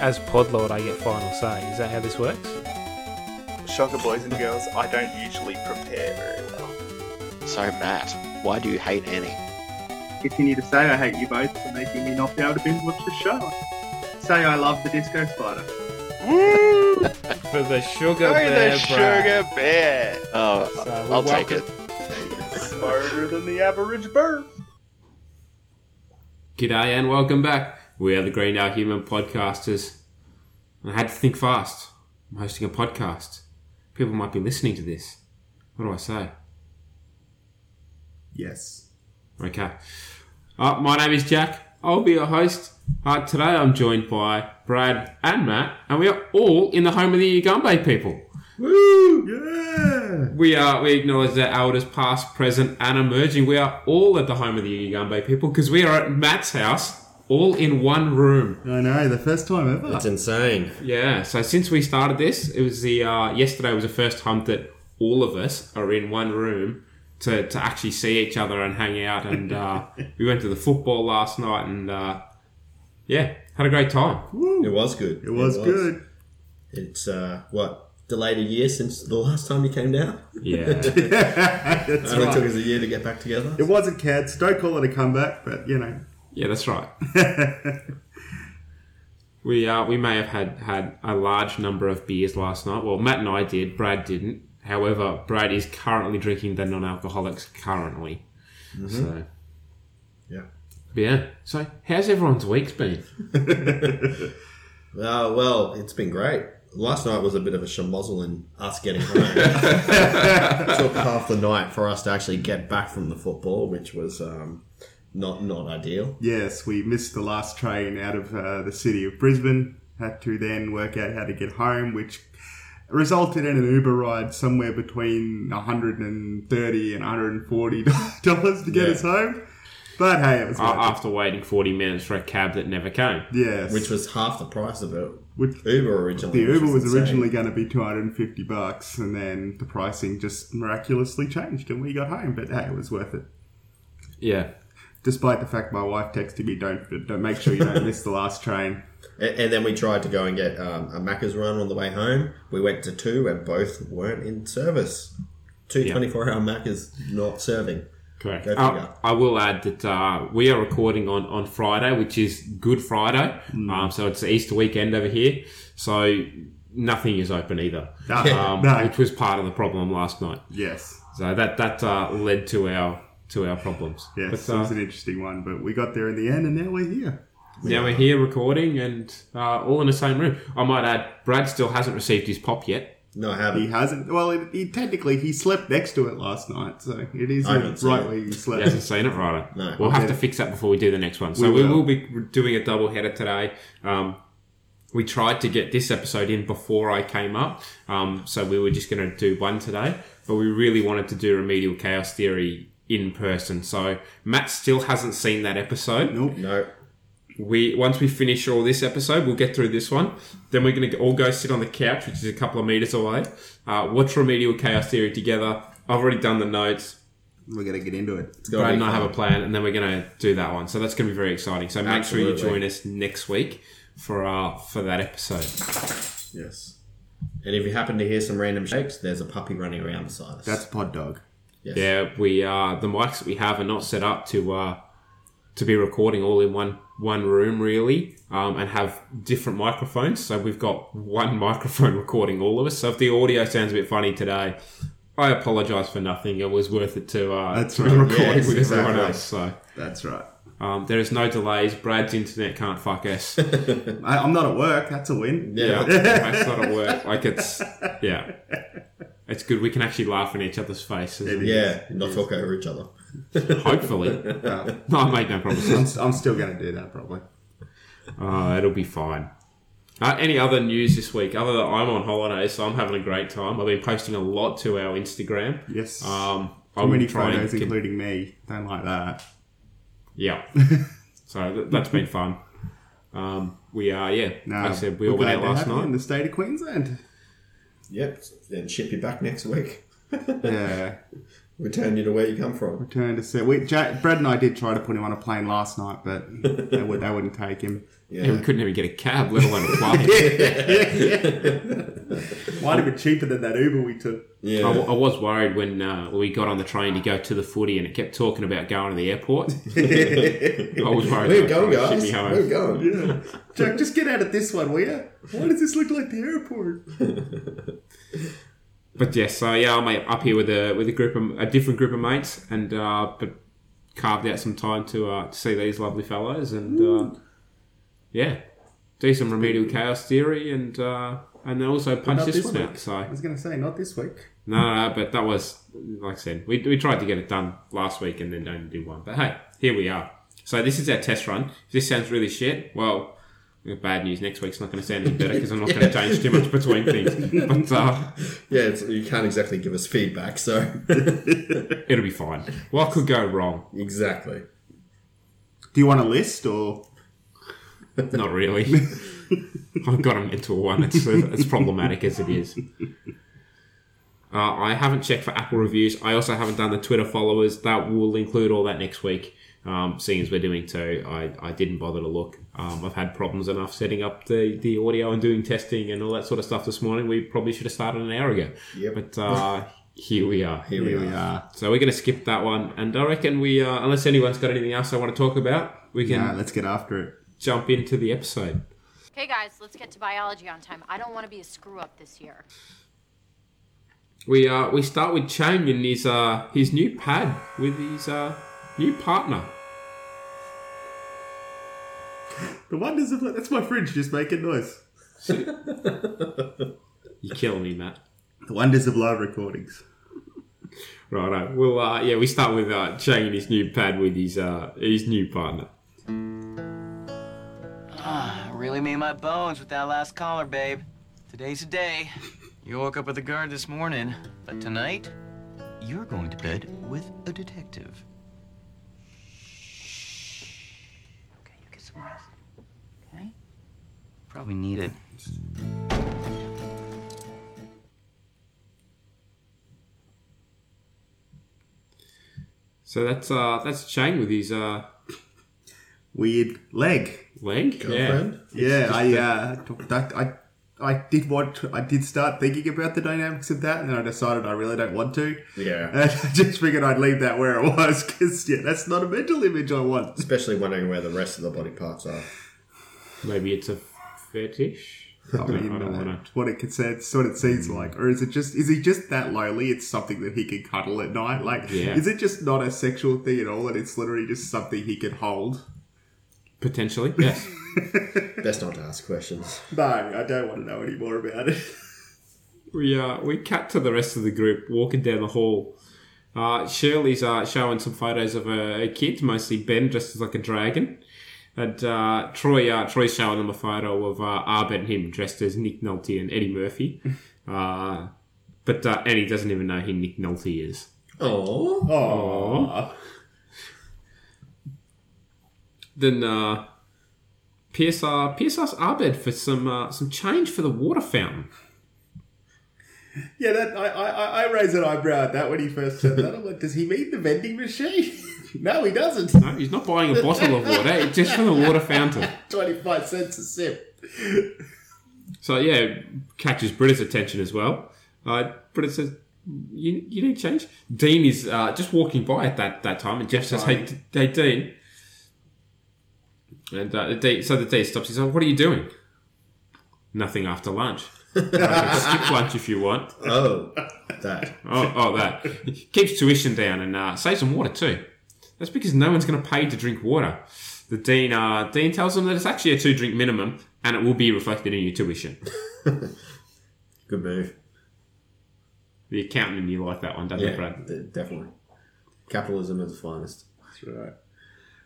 as pod lord, I get final say. Is that how this works? Shocker, boys and girls, I don't usually prepare very well. So, Matt, why do you hate Annie? Continue to say I hate you both for making me not be able to binge watch the show. Say I love the Disco Spider. For the sugar Go bear, the Brad. sugar bear. Oh, So we I'll take it. welcome- Smarter than the average bird. G'day and welcome back. We are the Green Now Human Podcasters. I had to think fast. I'm hosting a podcast. People might be listening to this. What do I say? Yes. Okay. Uh, my name is Jack. I'll be your host. Uh, today I'm joined by Brad and Matt, and we are all in the home of the Ugumbe people. Woo! Yeah! We are. We acknowledge their elders, past, present, and emerging. We are all at the home of the Ugumbe people because we are at Matt's house, all in one room. I know, the first time ever. That's insane. Yeah. So since we started this, it was the uh, yesterday was the first hunt that all of us are in one room to, to actually see each other and hang out. And uh, we went to the football last night, and uh, yeah, had a great time. It was good. it was good. It's uh, what delayed a year since the last time you came down. Yeah. It That's only took right. us a year to get back together. It wasn't cats. Don't call it a comeback, but you know. Yeah, that's right. we uh, we may have had had a large number of beers last night. Well, Matt and I did. Brad didn't. However, Brad is currently drinking the non-alcoholics currently. So Yeah. but yeah. So how's everyone's week's been? Uh, well, it's been great. Last night was a bit of a shamozzle in us getting home. it took half the night for us to actually get back from the football, which was um, not not ideal. Yes, we missed the last train out of uh, the city of Brisbane. Had to then work out how to get home, which resulted in an Uber ride somewhere between 130 and 140 dollars to get Yeah. Ah, us home. But hey, it was A- worth After waiting forty minutes for a cab that never came. it. Yes, Which was half the price of it. which Uber originally. The which Uber was insane. originally going to be 250 bucks, and then the pricing just miraculously changed, and we got home. But hey, it was worth it. Yeah. Despite the fact my wife texted me, "Don't, don't make sure you don't miss the last train." And, and then we tried to go and get um, a Macca's run on the way home. We went to two and both weren't in service. Two Yeah. 24 hour Macca's not serving. Correct. Go Uh, figure. I will add that uh, we are recording on, on Friday, which is Good Friday. Um, so it's the Easter weekend over here. So nothing is open either, No, um, no. which was part of the problem last night. Yes, So that that uh, led to our to our problems. yes, But, it uh, was an interesting one, but we got there in the end, and now we're here. now we're here recording and uh, all in the same room. I might add, Brad still hasn't received his pop yet. No, I He haven't. hasn't. Well, it, he technically he slept next to it last night, so it is I uh, haven't seen right it. where you He slept. hasn't seen it, right? No. We'll have to fix that before we do the next one. So We we will, will. be doing a double header today. Um, we tried to get this episode in before I came up, um, so we were just going to do one today. But we really wanted to do remedial chaos theory in person. So Matt still hasn't seen that episode. Nope. No. We once we finish all this episode, we'll get through this one. Then we're going to all go sit on the couch, which is a couple of meters away. Uh, watch remedial chaos theory together. I've already done the notes. We're gonna get into it. It's Brad gotta be and I have a fun. plan, and then we're going to do that one. So that's going to be very exciting. So make sure you Absolutely. join us next week for uh, for that episode. Yes. And if you happen to hear some random shakes, there's a puppy running around beside us. That's Pod Dog. yes. Yeah, we uh, the mics that we have are not set up to uh, to be recording all in one one room really, um, and have different microphones. So we've got one microphone recording all of us. So if the audio sounds a bit funny today, I apologise for nothing. It was worth it to uh, That's to right. record Yes, with everyone exactly. else. So That's right. um, there is no delays. Brad's internet can't fuck us. I, I'm not at work. That's a win. Yeah, Yeah. that's not a word. Like it's yeah, it's good. We can actually laugh in each other's faces. Yeah, not talk over each other. Hopefully, Uh, no, I made no promises. I'm, I'm still gonna do that probably. Uh, it'll be fine. Uh, any other news this week? Other than I'm on holiday, so I'm having a great time. I've been posting a lot to our Instagram. Yes. Um, Too many trying photos, to- including me. Don't like that. Yeah. so th- that's been fun. Um, we are yeah. No, like I said we we're all went glad out to last have you in night. the state of Queensland. Yep. Then ship you back next week. Yeah, Return you to where you come from. Return to set. We, Ja Brad and I did try to put him on a plane last night, but they, would, they wouldn't take him. Yeah, we Yeah. couldn't even get a cab, let alone a club. Might have been cheaper than that Uber we took. I, Yeah. w- I was worried when uh, we got on the train to go to the footy and it kept talking about going to the airport. I was worried. We're they going, were trying to guys. ship me home. We're going. Yeah. Jack, just get out of this one, will you? Why does this look like the airport? But yes, so yeah, I'm uh, up here with a with a group of a different group of mates, and uh, but carved out some time to uh, to see these lovely fellows, and uh, yeah, do some remedial chaos theory, and uh, and then also punch Not this, this one week. out. So I was going to say, not this week. no, no, but that was like I said, we we tried to get it done last week and then only do one. But hey, here we are. So this is our test run. If this sounds really shit, well. Bad news. Next week's not going to sound any better because I'm not going to change too much between things. But uh, Yeah, it's, you can't exactly give us feedback, so. It'll be fine. What could go wrong? exactly. Do you want a list or? Not really. I've got a mental one. It's, it's problematic as it is. Uh, I haven't checked for Apple reviews. I also haven't done the Twitter followers. That will include all that next week. Um, seeing as we're doing two, I, I didn't bother to look. Um, I've had problems enough setting up the, the audio and doing testing and all that sort of stuff this morning. We probably should have started an hour ago. Yep. But uh, here we are. Here, we are. So we're going to skip that one. And I reckon we, uh, unless anyone's got anything else I want to talk about, we can Nah, let's get after it. jump into the episode. Okay, guys, let's get to biology on time. I don't want to be a screw up this year. We uh, we start with Chang and his uh, his new pad with his uh, new partner. The wonders of that's my fridge just making noise. You're killing me, Matt. The wonders of live recordings. Righto. Well, uh, yeah, we start with uh, Chang and his new pad with his uh, his new partner. Really made my bones with that last collar, babe. Today's the day. You woke up with a guard this morning, but tonight, you're going to bed with a detective. Okay, you get some rest. Okay? Probably need it. So that's uh, that's Chang with his uh, Weird leg. leg. Girlfriend? Yeah, I uh, took that I I did want I did start thinking about the dynamics of that, and then I decided I really don't want to. Yeah. And I just figured I'd leave that where it was because yeah, that's not a mental image I want. Especially wondering where the rest of the body parts are. Yeah. Maybe it's a fetish. I I don't, mean, I don't uh, want to. what it could say, it's what it seems like, or is it just is he just that lonely? It's something that he can cuddle at night. Like, Yeah. is it just not a sexual thing at all? And it's literally just something he can hold. Potentially, yes. Best not to ask questions. No, I don't want to know any more about it. We uh, we cut to the rest of the group walking down the hall. Uh, Shirley's uh, showing some photos of her, her kids, mostly Ben dressed as like a dragon, and uh, Troy uh, Troy's showing them a photo of uh, Arbet and him dressed as Nick Nolte and Eddie Murphy. Uh, but uh, Eddie doesn't even know who Nick Nolte is. Oh. Aww. Then uh, Pierce uh, Pierce asks Arbed for some uh, some change for the water fountain. Yeah, that I, I, I- I raised an eyebrow at that when he first said that. I'm like, does he mean the vending machine? no, he doesn't. No, he's not buying a bottle of water. It's just for the water fountain. Twenty five cents a sip. So yeah, catches Britta's attention as well. Uh, Britta says, "You you need change." Dean is uh, just walking by at that, that time, and Jeff says, "Hey, D- hey Dean." And uh, the D, so the Dean stops. He's like, "What are you doing?" Nothing after lunch. Skip lunch if you want. Oh. That. Oh, oh, that keeps tuition down and uh, saves some water too. That's because no one's going to pay to drink water. The dean, uh, dean tells them that it's actually a two-drink minimum, and it will be reflected in your tuition. Good move. The accountant in you like that one, don't you, Yeah, Brad? de- definitely. Capitalism at its finest. That's right.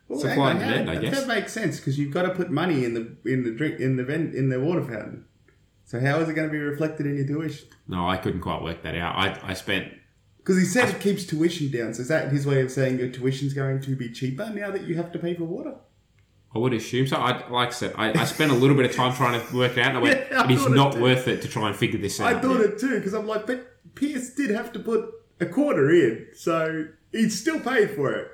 Well, Supply hang on, and demand, how- I guess. That makes sense because you've got to put money in the in the drink in the vent in the water fountain. So how is it going to be reflected in your tuition? No, I couldn't quite work that out. I, I spent. Because he said it keeps tuition down. So is that his way of saying your tuition's going to be cheaper now that you have to pay for water? I would assume so. I, like I said, I, I spent a little bit of time trying to work it out, and I went, Yeah, I it is thought it not did. worth it to try and figure this out. I thought it too because I'm like, but Pierce did have to put a quarter in, so he still paid for it.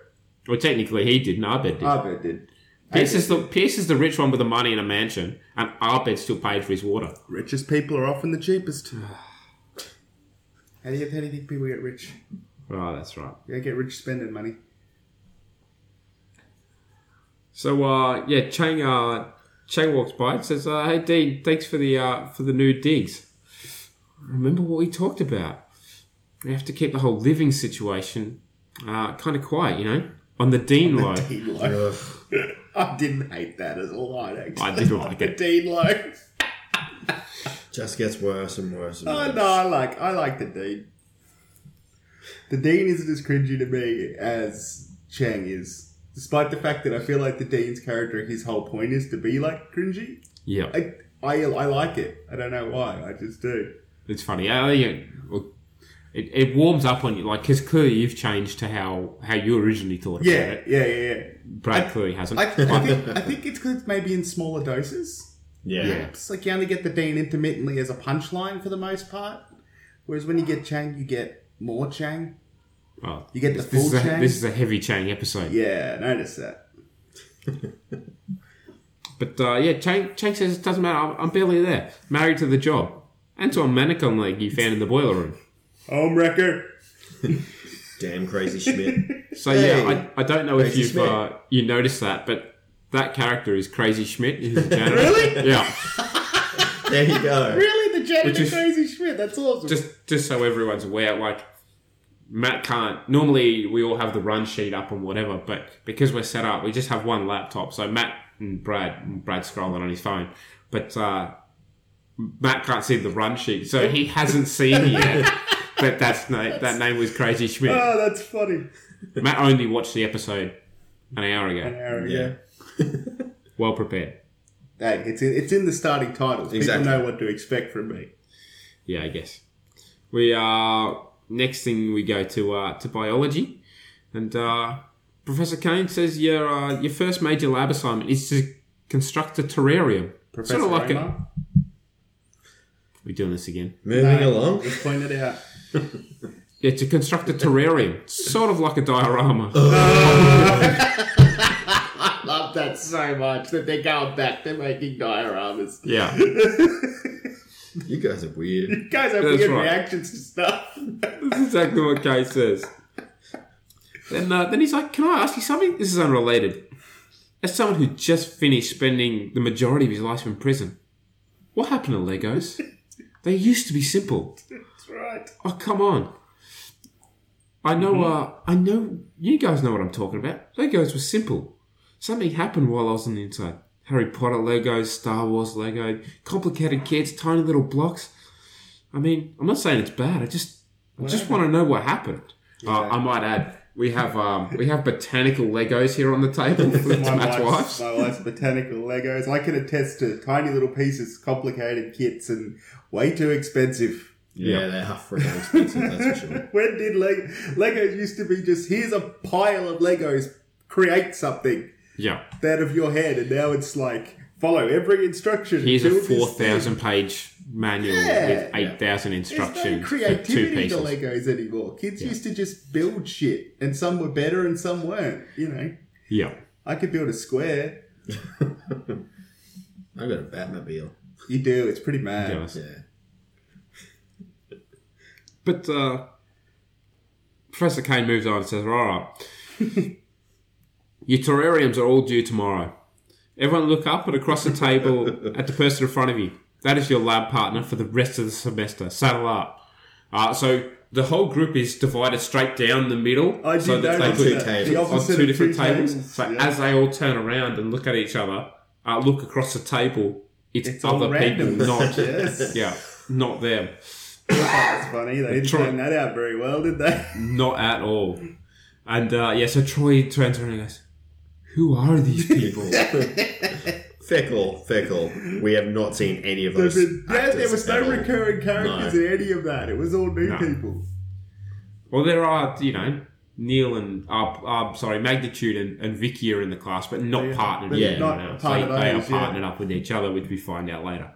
Well, technically, he didn't. Abed did. Arbed did. Pierce is the Pierce is the rich one with the money and a mansion, and Abed still paid for his water. Richest people are often the cheapest. How do you, how do you think people get rich? Right, Oh, that's right. They get rich spending money. So uh, yeah, Chang uh, Chang walks by and says, uh, "Hey Dean, thanks for the uh, for the new digs. Remember what we talked about? We have to keep the whole living situation uh, kind of quiet, you know, on the Dean low. Dean low. I didn't hate that as a line, actually. I did like it. Dean low. Just gets worse and worse. And Oh worse. no, I like I like the Dean. The Dean isn't as cringy to me as Chang is. Despite the fact that I feel like the Dean's character, his whole point is to be like cringy. Yeah, I I, I like it. I don't know why. I just do. it's funny. Yeah, yeah, well, it, it warms up on you, like because clearly you've changed to how how you originally thought about Yeah, it. yeah, yeah, yeah. Brad I- clearly hasn't. I, I, think, I think it's because it's maybe in smaller doses. Yeah. It's like you only get the Dean intermittently as a punchline for the most part. Whereas when you get Chang, you get more Chang. Oh, You get the this, this full is a, Chang. this is a heavy Chang episode. Yeah, I noticed that. But uh, yeah, Chang, Chang says it doesn't matter. I'm, I'm barely there. Married to the job and to a mannequin leg you found in the boiler room. Home wrecker. Damn crazy Schmidt. So Hey, yeah, I, I don't know if Crazy you've Schmidt. uh, you noticed that, but that character is Crazy Schmidt. He's a janitor. Really? Yeah. there you go. Really, the Janet Which and is- Crazy Schmidt. That's awesome. Just just so everyone's aware, like Matt can't. Normally we all have the run sheet up and whatever, but because we're set up, we just have one laptop. So Matt and Brad, Brad's scrolling on his phone, but uh, Matt can't see the run sheet, so he hasn't seen yet. But that's, na- that name was Crazy Schmidt. oh, that's funny. Matt only watched the episode an hour ago. Aaron, yeah. Yeah. Well prepared. Hey, it's in, it's in the starting titles. Exactly. People know what to expect from me. Yeah, I guess. We are next thing we go to uh, to biology, and uh, Professor Kane says your uh, your first major lab assignment is to construct a terrarium. Professor Sort of like a, Omar we're doing this again. Moving along. just pointed out. Yeah, to construct a terrarium, sort of like a diorama. Love that so much that they're going back. They're making dioramas. Yeah, You guys are weird. You guys have That's weird right. reactions to stuff. that's exactly what Kane says. Then uh, then he's like, "Can I ask you something? This is unrelated." As someone who just finished spending the majority of his life in prison, what happened to Legos? They used to be simple. That's right. Mm-hmm. Oh come on! I know. Uh, I know. You guys know what I'm talking about. Legos were simple. Something happened while I was on the inside. Harry Potter Legos, Star Wars Lego, complicated kits, tiny little blocks. I mean, I'm not saying it's bad. I just, I just want to know what happened. Uh, I might add, we have um, we have botanical Legos here on the table. That's my wife's, Matt's wife's. my wife's botanical Legos. I can attest to tiny little pieces, complicated kits, and way too expensive. Yeah, they are freaking expensive, that's for sure. When did Leg- Legos used to be just here's a pile of Legos, create something Yeah, out of your head, and now it's like follow every instruction. here's a build this four thousand page manual Yeah. with eight thousand thing. There's instructions no for two creativity to pieces. Legos anymore. Kids used to just build shit, and some were better and some weren't. You know, Yeah. I could build a square. I got a Batmobile. You do. It's pretty mad. jealous. Yeah. But uh, Professor Kane moves on and says, "All right, your terrariums are all due tomorrow. Everyone look up and across the table at the person in front of you. That is your lab partner for the rest of the semester. Saddle up." Uh, so the whole group is divided straight down the middle, I did so that they notice could that. tables. The on opposite two of different two tables. tables. So Yeah. as they all turn around and look at each other, uh, look across the table. It's, It's all other people, randoms. not Yes. yeah, not them. That's funny. They didn't Troy- plan that out very well, did they? Not at all. And uh, yeah, so Troy turns around and goes, Who are these people? Fickle, fickle. We have not seen any of They've those. been- yeah, there actors was at no all. recurring characters No. in any of that. It was all new No. people. well, there are, you know, Neil and, uh, uh, sorry, Magnitude and, and Vicky are in the class, but not They- partnered they're with not anyone else. part They, of they are those, yeah. partnered up with each other, which we find out later.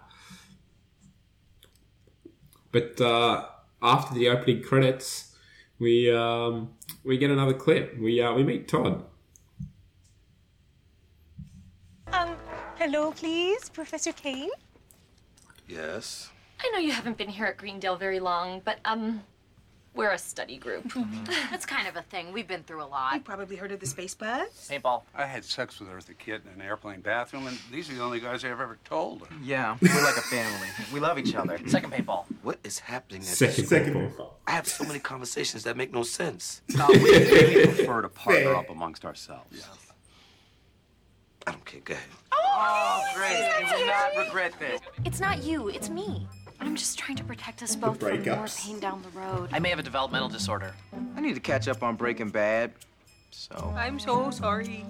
But uh, after the opening credits, we um, we get another clip. We uh, we meet Todd. Um, hello, please, Professor Kane. Yes. I know you haven't been here at Greendale very long, but um, we're a study group. That's kind of a thing. We've been through a lot. You've probably heard of the space buzz. Paintball. I had sex with her as a kid in an airplane bathroom, and these are the only guys I've ever told her. Yeah, we're like a family. We love each other. Second paintball. What is happening at Second, this football. I have so many conversations that make no sense. No, we really prefer to partner up amongst ourselves. I don't care. Go ahead. Oh, great. You will not regret this. It's not you, it's me. I'm just trying to protect us both from more breakups. pain down the road. I may have a developmental disorder. I need to catch up on Breaking Bad. So I'm so sorry.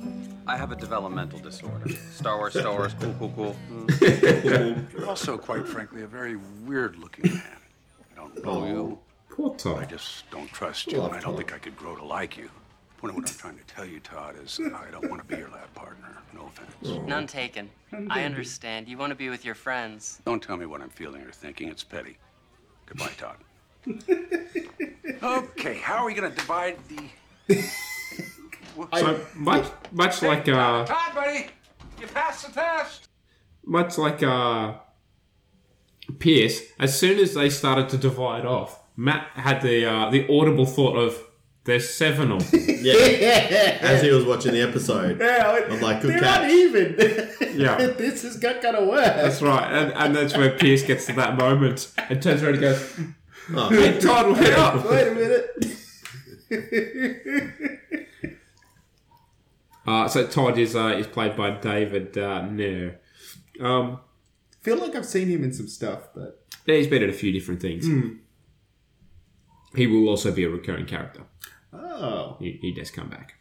I have a developmental disorder. Star Wars, Star Wars, cool, cool, cool. Mm-hmm. You're also, quite frankly, a very weird-looking man. I don't know you. Oh, Poor I Todd. just don't trust you, and I don't think I could grow to like you. Point of what I'm trying to tell you, Todd, is I don't want to be your lab partner. No offense. None taken. I understand. You want to be with your friends. Don't tell me what I'm feeling or thinking. It's petty. Goodbye, Todd. okay, how are we going to divide the. So much much like uh, Todd, buddy! You passed the test! much like uh, Pierce, as soon as they started to divide off, Matt had the uh, the audible thought of "There's seven of them." As he was watching the episode, I'm like, good They're catch. uneven. Yeah. this has got kind of worse. That's right, and, and that's where Pierce gets to that moment and turns around and goes, Oh, "Todd, wait up!" Wait a minute. Uh, so Todd is uh, is played by David uh, Nair. Um, Feel like I've seen him in some stuff, but yeah, he's been in a few different things. He will also be a recurring character. oh, He, he does come back.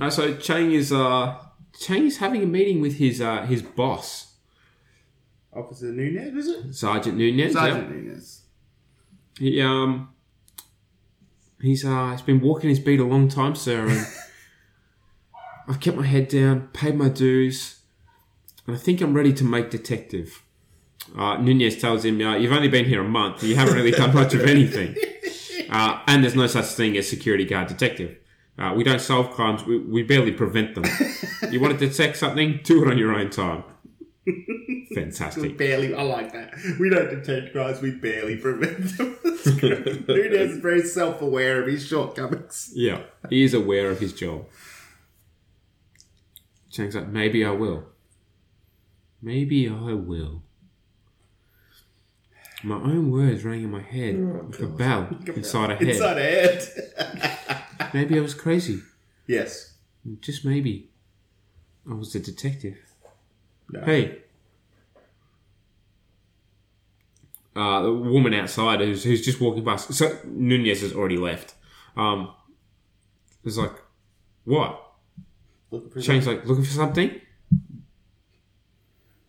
Uh, so Chang is uh, Chang is having a meeting with his uh, his boss, Officer Nunez is it? Sergeant Nunez. Sergeant yeah. Nunez. He um, he's uh, he's been walking his beat a long time, sir. And I've kept my head down, paid my dues, and I think I'm ready to make detective. Uh, Nunez tells him, uh, "You've only been here a month. You haven't really done much of anything, uh, and there's no such thing as security guard detective. Uh, we don't solve crimes. We, we barely prevent them. you want to detect something? Do it on your own time." Fantastic. Barely, I like that. We don't detect crimes; we barely prevent them. That's great. Nunez is very self-aware of his shortcomings. Yeah, he is aware of his job. Chang's like, maybe I will. Maybe I will. My own words rang in my head Oh, like a bell inside a head. Inside a head. Maybe I was crazy. yes. Just maybe. I was a detective. No. Hey. Uh, the woman outside who's, who's just walking past. So Nunez has already left. Um, it's like, what? Looking for Shane's like, looking for something?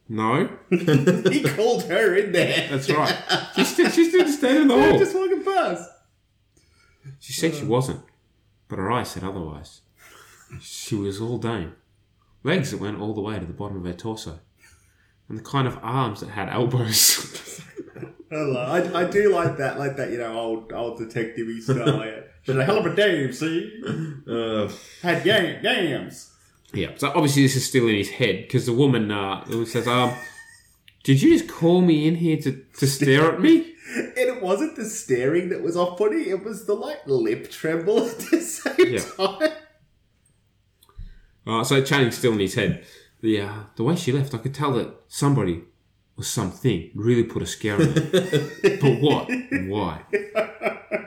No. he called her in there. That's right. She's still, she's still just standing in the They're hall. just walking past. She said she wasn't, but her eyes said otherwise. She was all dame. Legs that went all the way to the bottom of her torso. And the kind of arms that had elbows. I, like- I, I do like that, like that, you know, old old detective style. yeah. She's a hell of a dame, see? uh, Had yam, yams. yeah, so obviously this is still in his head because the woman uh, says, um, Did you just call me in here to, to stare at me? And it wasn't the staring that was off putting, it was the like lip tremble at the same Yeah. time. Uh, so Channing's still in his head. The uh, the way she left, I could tell that somebody or something really put a scare in her. but what? and Why?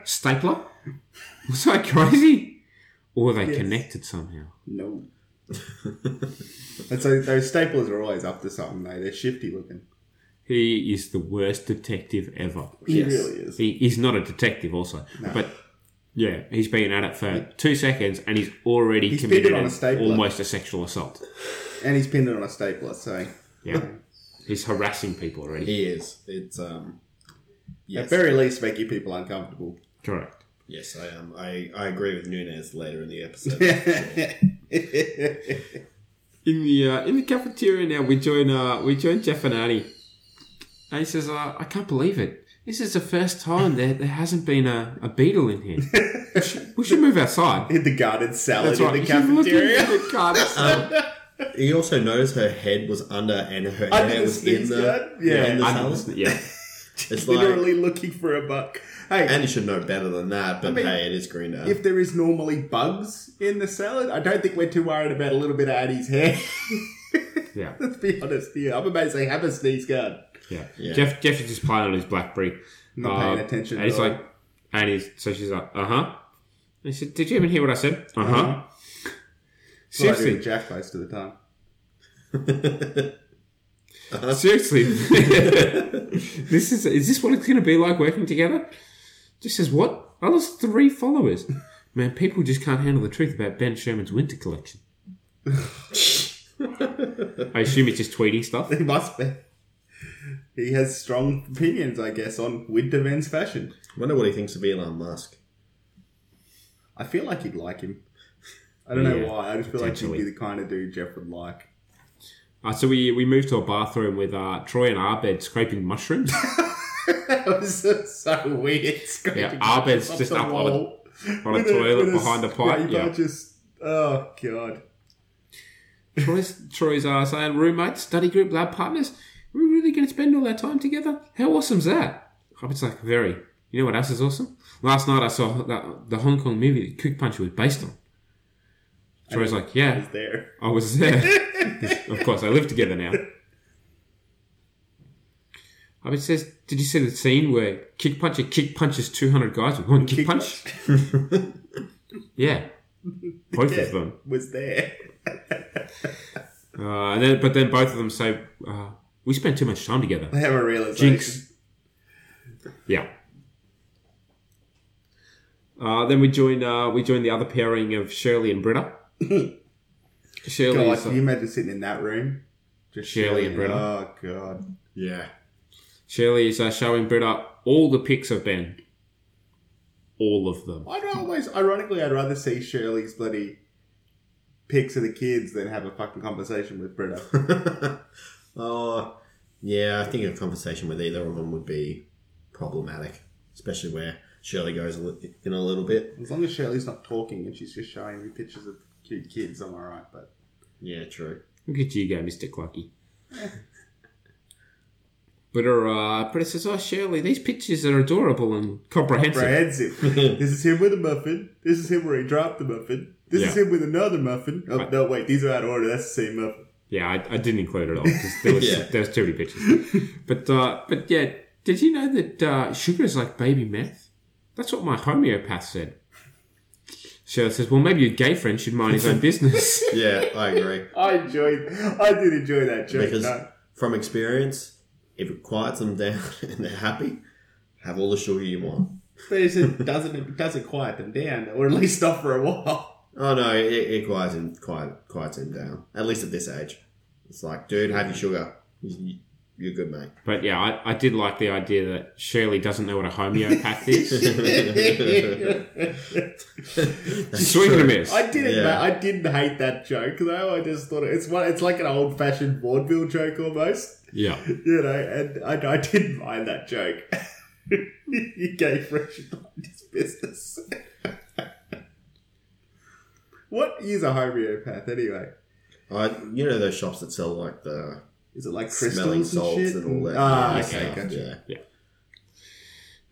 Stapler? Was I crazy? Or were they connected somehow? No. and so those staplers are always up to something, though. They're shifty looking. He is the worst detective ever. He really is. He, he's not a detective, also. But yeah, he's been at it for two seconds and he's already He's committed been on an- a stapler. almost a sexual assault. And he's pinned it on a stapler, so. Yeah. he's harassing people already. he is. It's um. At Yes, very least, making people uncomfortable. Correct. yes, I am. I, I agree with Nunez later in the episode. in the uh, in the cafeteria now we join uh, we join Jeff and Annie. And he says, uh, "I can't believe it. This is the first time there, there hasn't been a, a beetle in here. We should, we should move outside. In the garden salad in the cafeteria. um, you also notice her head was under and her Under hair the was in sneeze the, guard? Yeah. in the Under the sne- salad. yeah. it's Literally like, looking for a buck. Hey, and you should know better than that, but I mean, hey, it is green now. uh, if there is normally bugs in the salad, I don't think we're too worried about a little bit of Addie's hair. Yeah. Let's be honest here. I'm amazed they have a sneeze guard. Yeah. Yeah. Jeff Jeff is just playing on his BlackBerry. Uh, Not paying attention And at he's all. like, and he's so she's like, uh huh. And he said, "Did you even hear what I said?" Uh huh. Uh-huh. Seriously, Seriously, Jack most of the time. seriously, this is is this what it's going to be like working together? Just as what? I lost three followers. Man, people just can't handle the truth about Ben Sherman's winter collection. I assume it's just tweeting stuff. He must be. He has strong opinions, I guess, on winter men's fashion. wonder what he thinks of Elon Musk. I feel like he'd like him. I don't know Yeah, why. I just feel like he'd be potentially. the kind of dude Jeff would like. Uh, so we we moved to a bathroom with uh, Troy and Arbed scraping mushrooms. that was so, so weird. It's going Yeah, to Arbed's go up just the up on wall a, on a with toilet with behind a pipe. scraper, Yeah. Just, oh, God. Troy's, Troy's uh, saying, roommates, study group, lab partners, we're really going to spend all our time together? How awesome's that? Oh, It's like, very. You know what else is awesome? Last night I saw that, the Hong Kong movie that Cook Punch was based on. Troy's like, yeah. He's there. I was there. of course, they live together now. I mean, it says, did you see the scene where Kick Puncher kick punches 200 guys with one kick, punch? yeah. Both Yeah, of them. Was there. Uh, and then, but then both of them say, uh, "We spend too much time together." I have a realization. Jinx. Yeah. Uh, then we join. Uh, we join the other pairing of Shirley and Britta. Shirley, God, is uh, can you imagine sitting in that room? Just Shirley and Oh, God. Yeah. Shirley is uh, showing Britta all the pics of Ben. All of them. I'd always, ironically, I'd rather see Shirley's bloody pics of the kids than have a fucking conversation with Britta. Oh, yeah, I think a conversation with either of them would be problematic, especially where Shirley goes a li- in a little bit. As long as Shirley's not talking and she's just showing me pictures of cute kids, I'm alright. But Yeah, true. Look at you go, Mister Clucky. Britta, uh, Britta says, "Oh, Shirley, these pictures are adorable and comprehensive." comprehensive. this is him with a muffin. This is him where he dropped the muffin. This is Yeah. him with another muffin. Oh no, wait, these are out of order. That's the same muffin. Yeah, I, I didn't include it all because there was Yeah. there was too many pictures. But uh, but yeah, did you know that uh, sugar is like baby meth? That's what my homeopath said. Cheryl says, "Well, maybe your gay friend should mind his own business." Yeah, I agree. I enjoyed. I did enjoy that joke. because no. from experience, if it quiets them down and they're happy, have all the sugar you want. But it's- it doesn't it doesn't quiet them down, or at least not for a while. Oh no, it, it quiets him quiet, quiets him down. At least at this age, it's like, dude, have your sugar. You- You're good, mate. But yeah, I, I did like the idea that Shirley doesn't know what a homeopath is. That's Swing and a true. miss. I didn't. Yeah. ma- I didn't hate that joke though. I just thought it- it's one. It's like an old fashioned vaudeville joke almost. yeah, You know, and I, I didn't mind that joke. he gave fresh mind his business. what is a homeopath anyway? I, you know those shops that sell like the Is it like crystals smelling and salts shit? and, all that. Ah, kind of okay, stuff, gotcha. yeah.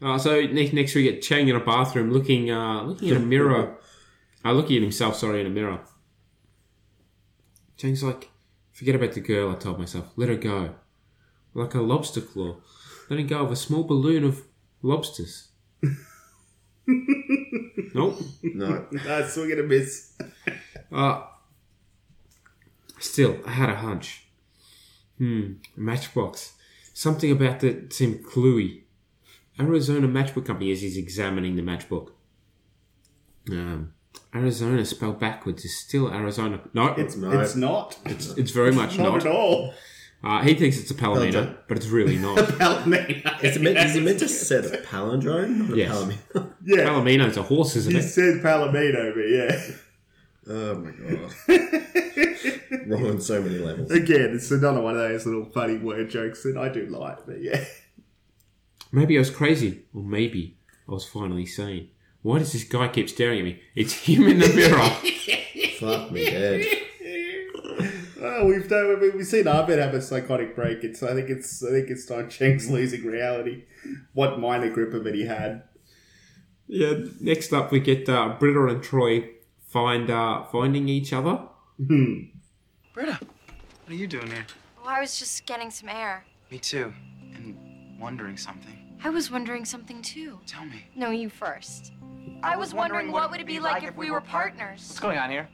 Uh, so next, next we get Chang in a bathroom looking uh, looking in a mirror. Uh, looking at himself, sorry, in a mirror. Chang's like, forget about the girl, I told myself. Let her go. Like a lobster claw. Letting go of a small balloon of lobsters. nope. No, That's we're gonna miss. Uh, still, I had a hunch. Hmm, matchbox. Something about that seemed cluey. Arizona Matchbook Company as he's examining the matchbook. Um, Arizona spelled backwards is still Arizona. No, It's it's, No. it's not. it's very much not, not. at all. Uh, he thinks it's a palomino, Palomino. but it's really not. Is it, meant, is it meant to set a palindrome? Not a Yes. palomino? yeah, Palomino's a horse, isn't you it? said Palomino, but yeah. Oh my god. Wrong on so many levels. Again, it's another one of those little funny word jokes that I do like, but yeah. Maybe I was crazy, or maybe I was finally sane. Why does this guy keep staring at me? It's him in the mirror. Fuck me dead. Oh, we've done. we- We've seen Abed have a psychotic break. It's. I think it's. I think it's time Cheng's losing reality. What minor grip of it he had. Yeah. Next up, we get uh, Britta and Troy find uh, finding each other. Britta, what are you doing here? Oh, I was just getting some air. Me too. And wondering something. I was wondering something too. Tell me. No, you first. I, was wondering, what, would it be like if we were partners. What's going on here?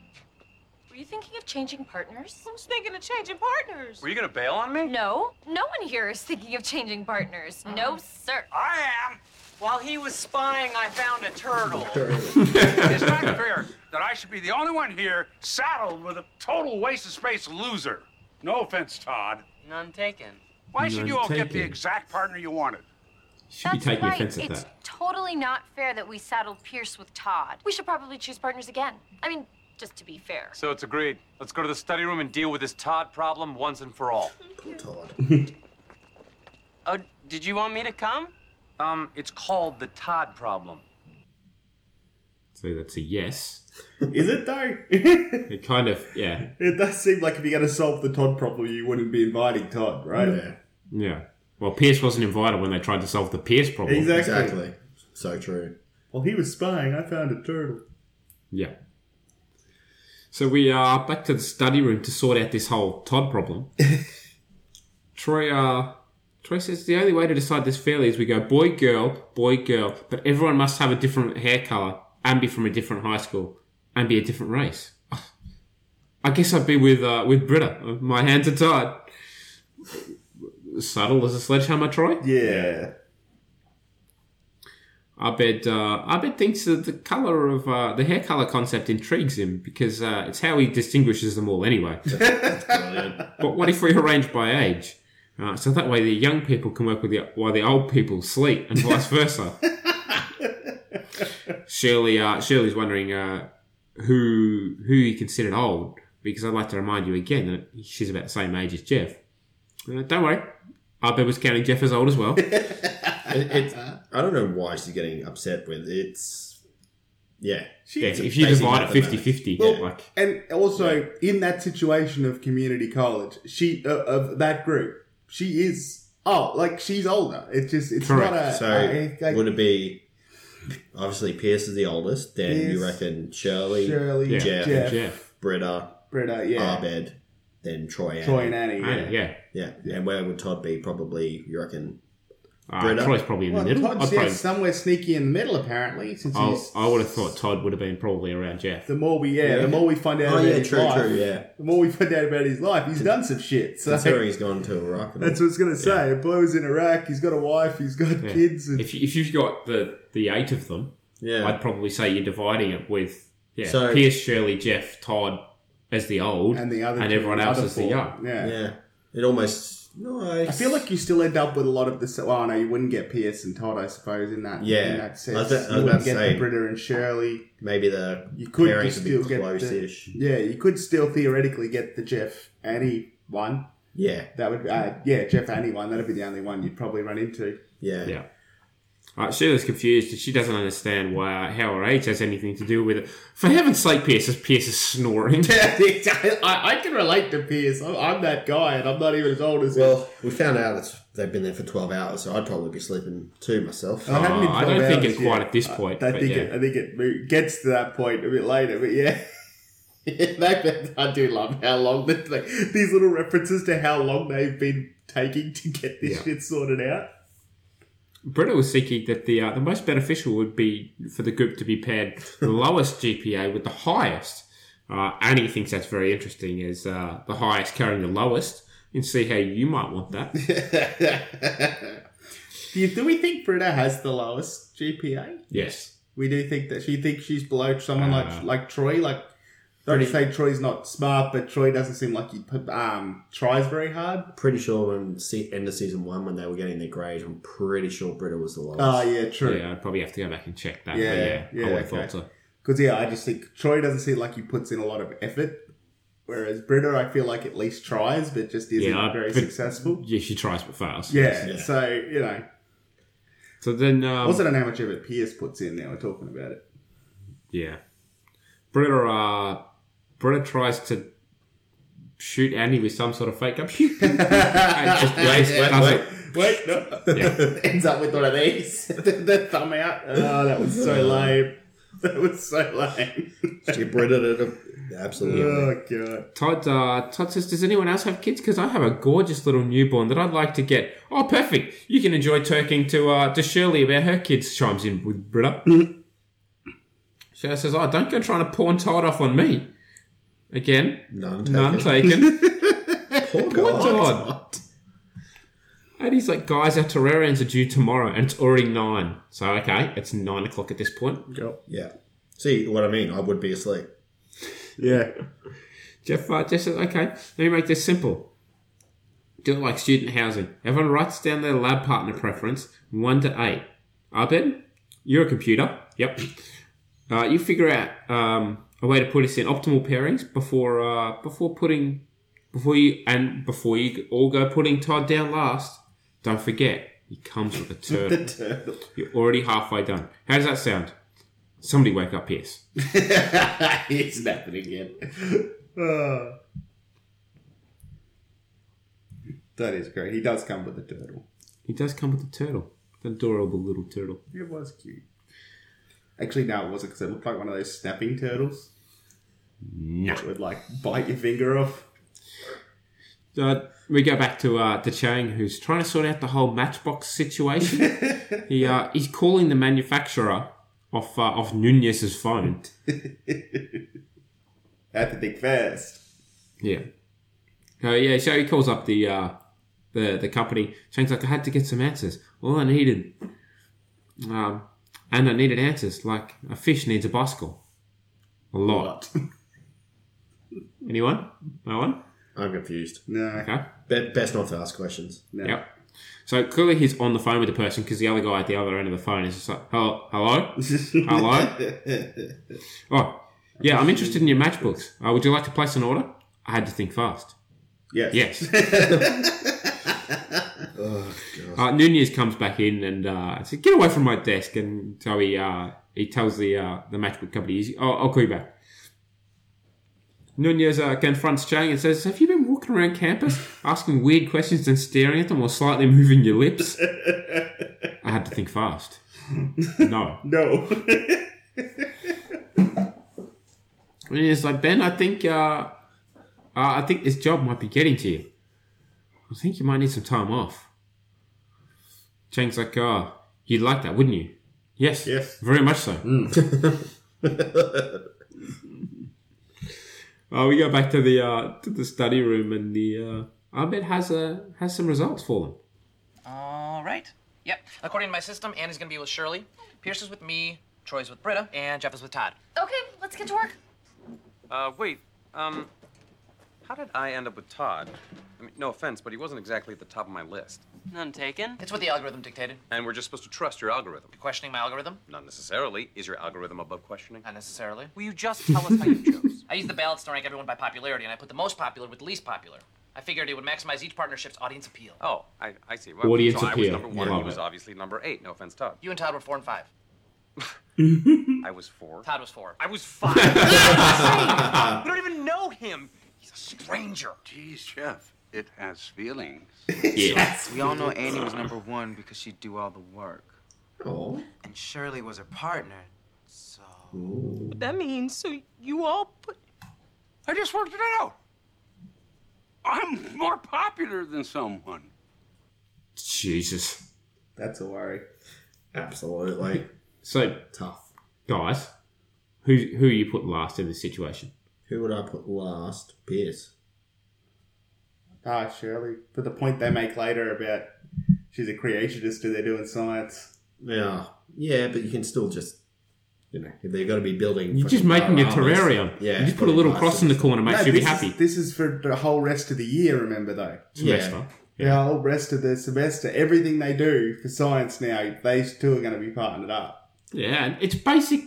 Were you thinking of changing partners? I was thinking of changing partners. Were you gonna bail on me? No, no one here is thinking of changing partners. No, sir. I am. While he was spying, I found a turtle. It's not fair that I should be the only one here saddled with a total waste of space loser. No offense, Todd. None taken. Why should you all get the None taken. exact partner you wanted? Should be That's taking right. offense at it's that. totally not fair that we saddled Pierce with Todd. We should probably choose partners again. I mean, just to be fair. So it's agreed. Let's go to the study room and deal with this Todd problem once and for all. Oh, did you want me to come? Um, it's called the Todd problem. So that's a yes. Is it though? It kind of yeah It does seem like if you're going to solve the Todd problem, you wouldn't be inviting Todd, right? Yeah. yeah. Well, Pierce wasn't invited when they tried to solve the Pierce problem. Exactly. Exactly. So true. While he was spying, I found a turtle. Yeah. So we are back to the study room to sort out this whole Todd problem. Troy, uh, Troy says the only way to decide this fairly is we go boy, girl, boy, girl, but everyone must have a different hair color and be from a different high school and be a different race. I guess I'd be with uh, with Britta. My hands are tied. Subtle as a sledgehammer, Troy. Yeah. Abed, uh, Abed thinks that the color of uh, the hair color concept intrigues him because uh, it's how he distinguishes them all anyway. but what if we arrange by age? Uh, so that way the young people can work with the while the old people sleep and vice versa. Shirley, uh, Shirley's wondering uh, who who he considered old because I'd like to remind you again that she's about the same age as Jeff. Uh, don't worry, Abed was counting Jeff as old as well. It, it's I don't know why she's getting upset with it's. Yeah. Yeah, if you divide it 50-50, Well, yeah, like And also in that situation of community college, she uh, of that group, she is oh like she's older. It's just it's not a so a- a- would it be obviously Pierce is the oldest? Then you Pierce, reckon Shirley, Shirley, Yeah. Jeff, Jeff, Jeff. Britta, Britta, yeah. Abed, then Troy, Troy and Annie, yeah. Annie, Oh, yeah. yeah, And where would Todd be? Probably you reckon. Ah, Troy's probably in the well, middle. Todd's I'd yeah, probably- somewhere sneaky in the middle apparently since I, he's I would have thought Todd would have been probably around Jeff. the more we yeah, Yeah. the more we find out Oh, about yeah, his true, life, true, yeah. the more we find out about his life, he's done some shit. So Considering he's gone to Iraq. and all. That's what I was gonna say. A boy was in Iraq. He's got a wife. He's got Yeah. kids. And If, you, if you've got the, the eight of them, Yeah. I'd probably say you're dividing it with yeah, So- Pierce, Shirley, Jeff, Todd as the old, And the other and two- everyone the else other as the four. young. Yeah. yeah, it almost Nice. I feel like you still end up with a lot of the. Oh no, you wouldn't get Pierce and Todd, I suppose, in that. Yeah. in that I was sense, about- I was you about wouldn't to get say- the Britta and Shirley. maybe the You could you pairings would still get be the, close-ish. Yeah, you could still theoretically get the Jeff Annie one. Yeah. that would uh, yeah Jeff Annie one. That'd be the only one you'd probably run into. Yeah, yeah. Uh, Shirley's confused. and She doesn't understand why how her age has anything to do with it. For heaven's sake, Pierce is Pierce is snoring. I, I can relate to Pierce. I'm, I'm that guy, and I'm not even as old as well. We found out it's, they've been there for twelve hours, so I'd probably be sleeping too myself. I haven't been 12 hours yet. I, I but think yeah. it. I think it mo- gets to that point a bit later, but yeah. That bit- I do love how long the, like, these little references to how long they've been taking to get this Yeah. shit sorted out. Britta was thinking that the uh, the most beneficial would be for the group to be paired the lowest GPA with the highest. Uh, Annie thinks that's very interesting, as uh, the highest carrying the lowest, and see how you might want that. Do, you, do we think Britta has the lowest GPA? yes, We do think that she thinks she's below someone Uh, like like Troy. Like, don't say Troy's not smart, but Troy doesn't seem like he um, tries very hard. Pretty sure when se- end of season one, when they were getting their grades, I'm pretty sure Britta was the lowest. Ah, yeah, true. Yeah, I'd probably have to go back and check that. yeah, Yeah, but yeah, yeah, I would have okay. thought so. Because yeah, I just think Troy doesn't seem like he puts in a lot of effort, whereas Britta, I feel like at least tries, but just isn't Yeah, I- very but- successful. Yeah, she tries but fails. Yeah, so you know, So then, um, What's it an amateur that Pierce puts in now? We're talking about it. Yeah. Britta, uh, Britta tries to shoot Andy with some sort of fake gun. Pew, pew, pew. and just waste, Wait, doesn't- Wait, no. Ends up with one of these. the, the thumb out. Oh, that was so lame. That was so lame. She Britta Absolutely. Oh, God. Todd, uh, Todd says, does anyone else have kids? Because I have a gorgeous little newborn that I'd like to get. Oh, perfect. You can enjoy talking to, uh, to Shirley about her kids, chimes in with Britta. Shirley says, oh, don't go trying to pawn Todd off on me. Again, none taken. None taken. Poor Todd. And he's like, guys, our terrariums are due tomorrow, and it's already nine. So, okay, it's nine o'clock at this point. Yeah. See what I mean? I would be asleep. Yeah. Jeff uh, Jeff says, okay, let me make this simple. Do it like student housing. Everyone writes down their lab partner preference, one to eight. Abed, you're a computer. Yep. Uh, you figure out um, a way to put us in optimal pairings before uh, before putting before you and before you all go putting Todd down last. Don't forget, he comes with a turtle. The turtle. You're already halfway done. How does that sound? Somebody wake up, Pierce. it's happening again. Oh. That is great. He does come with a turtle. He does come with a turtle. An adorable little turtle. It was cute. Actually, no, it wasn't because it looked like one of those snapping turtles. No. It would like bite your finger off. Uh, we go back to uh, to Chang, who's trying to sort out the whole Matchbox situation. he uh, he's calling the manufacturer off uh, off Nunez's phone. Have to think fast. Yeah. Uh, yeah, so he calls up the uh, the the company. Chang's like, I had to get some answers. All I needed, um, and I needed answers like a fish needs a bicycle. A lot. Anyone? No one. I'm confused. No. Okay. Be- best not to ask questions. Yep. So clearly he's on the phone with the person because the other guy at the other end of the phone is just like, hello, hello, hello. oh, yeah, I'm interested in your matchbooks. Uh, would you like to place an order? I had to think fast. Yes. Yes. uh, Nunez comes back in and uh, says, "Get away from my desk!" And so he uh, he tells the uh, the matchbook company, he's, "Oh, I'll call you back." Nunez uh, confronts Chang and says, "Have you been walking around campus asking weird questions and staring at them while slightly moving your lips?" I had to think fast. No. No. And he's like, Ben, I think uh, uh, I think this job might be getting to you. I think you might need some time off. Chang's like, oh, you'd like that, wouldn't you? Yes. Yes. Very much so. uh, we go back to the uh, to the study room and the uh, Ahmed has a has some results for them. All right. Yep. According to my system, Anna's gonna be with Shirley. Pierce is with me. Troy's with Britta, and Jeff is with Todd. Okay, let's get to work. Uh, wait, um, how did I end up with Todd? I mean, no offense, but he wasn't exactly at the top of my list. None taken. It's what the algorithm dictated. And we're just supposed to trust your algorithm. You questioning my algorithm? Not necessarily. Is your algorithm above questioning? Not necessarily. Will you just tell us how you chose? I used the balance to rank everyone by popularity, and I put the most popular with the least popular. I figured it would maximize each partnership's audience appeal. Oh, I, I see. Well, Audience so I was appeal. number one. Yeah. He was obviously number eight. No offense, Todd. You and Todd were four and five. I was four. Todd was four. I was five. you don't even know him. He's a stranger. Geez, Jeff, it has feelings. We all know Annie was number one because she'd do all the work. Oh. And Shirley was her partner. So. That means so you all put. I just worked it out. I'm more popular than someone. Jesus. That's a worry. Absolutely. So tough, guys. Who who you put last in this situation? Who would I put last? Pierce. Ah, Shirley. But the point they make later about she's a creationist and they're doing science. Yeah. Yeah, but you can still just, you know, if they're going to be building. You're just uh, fucking making a dioramas, terrarium. Yeah. You just put a little cross in the corner, No, makes you be this is- happy. this is for the whole rest of the year, remember, though. Semester. The whole rest of the semester. Everything they do for science now, they two are going to be parting it up. Yeah, and it's basic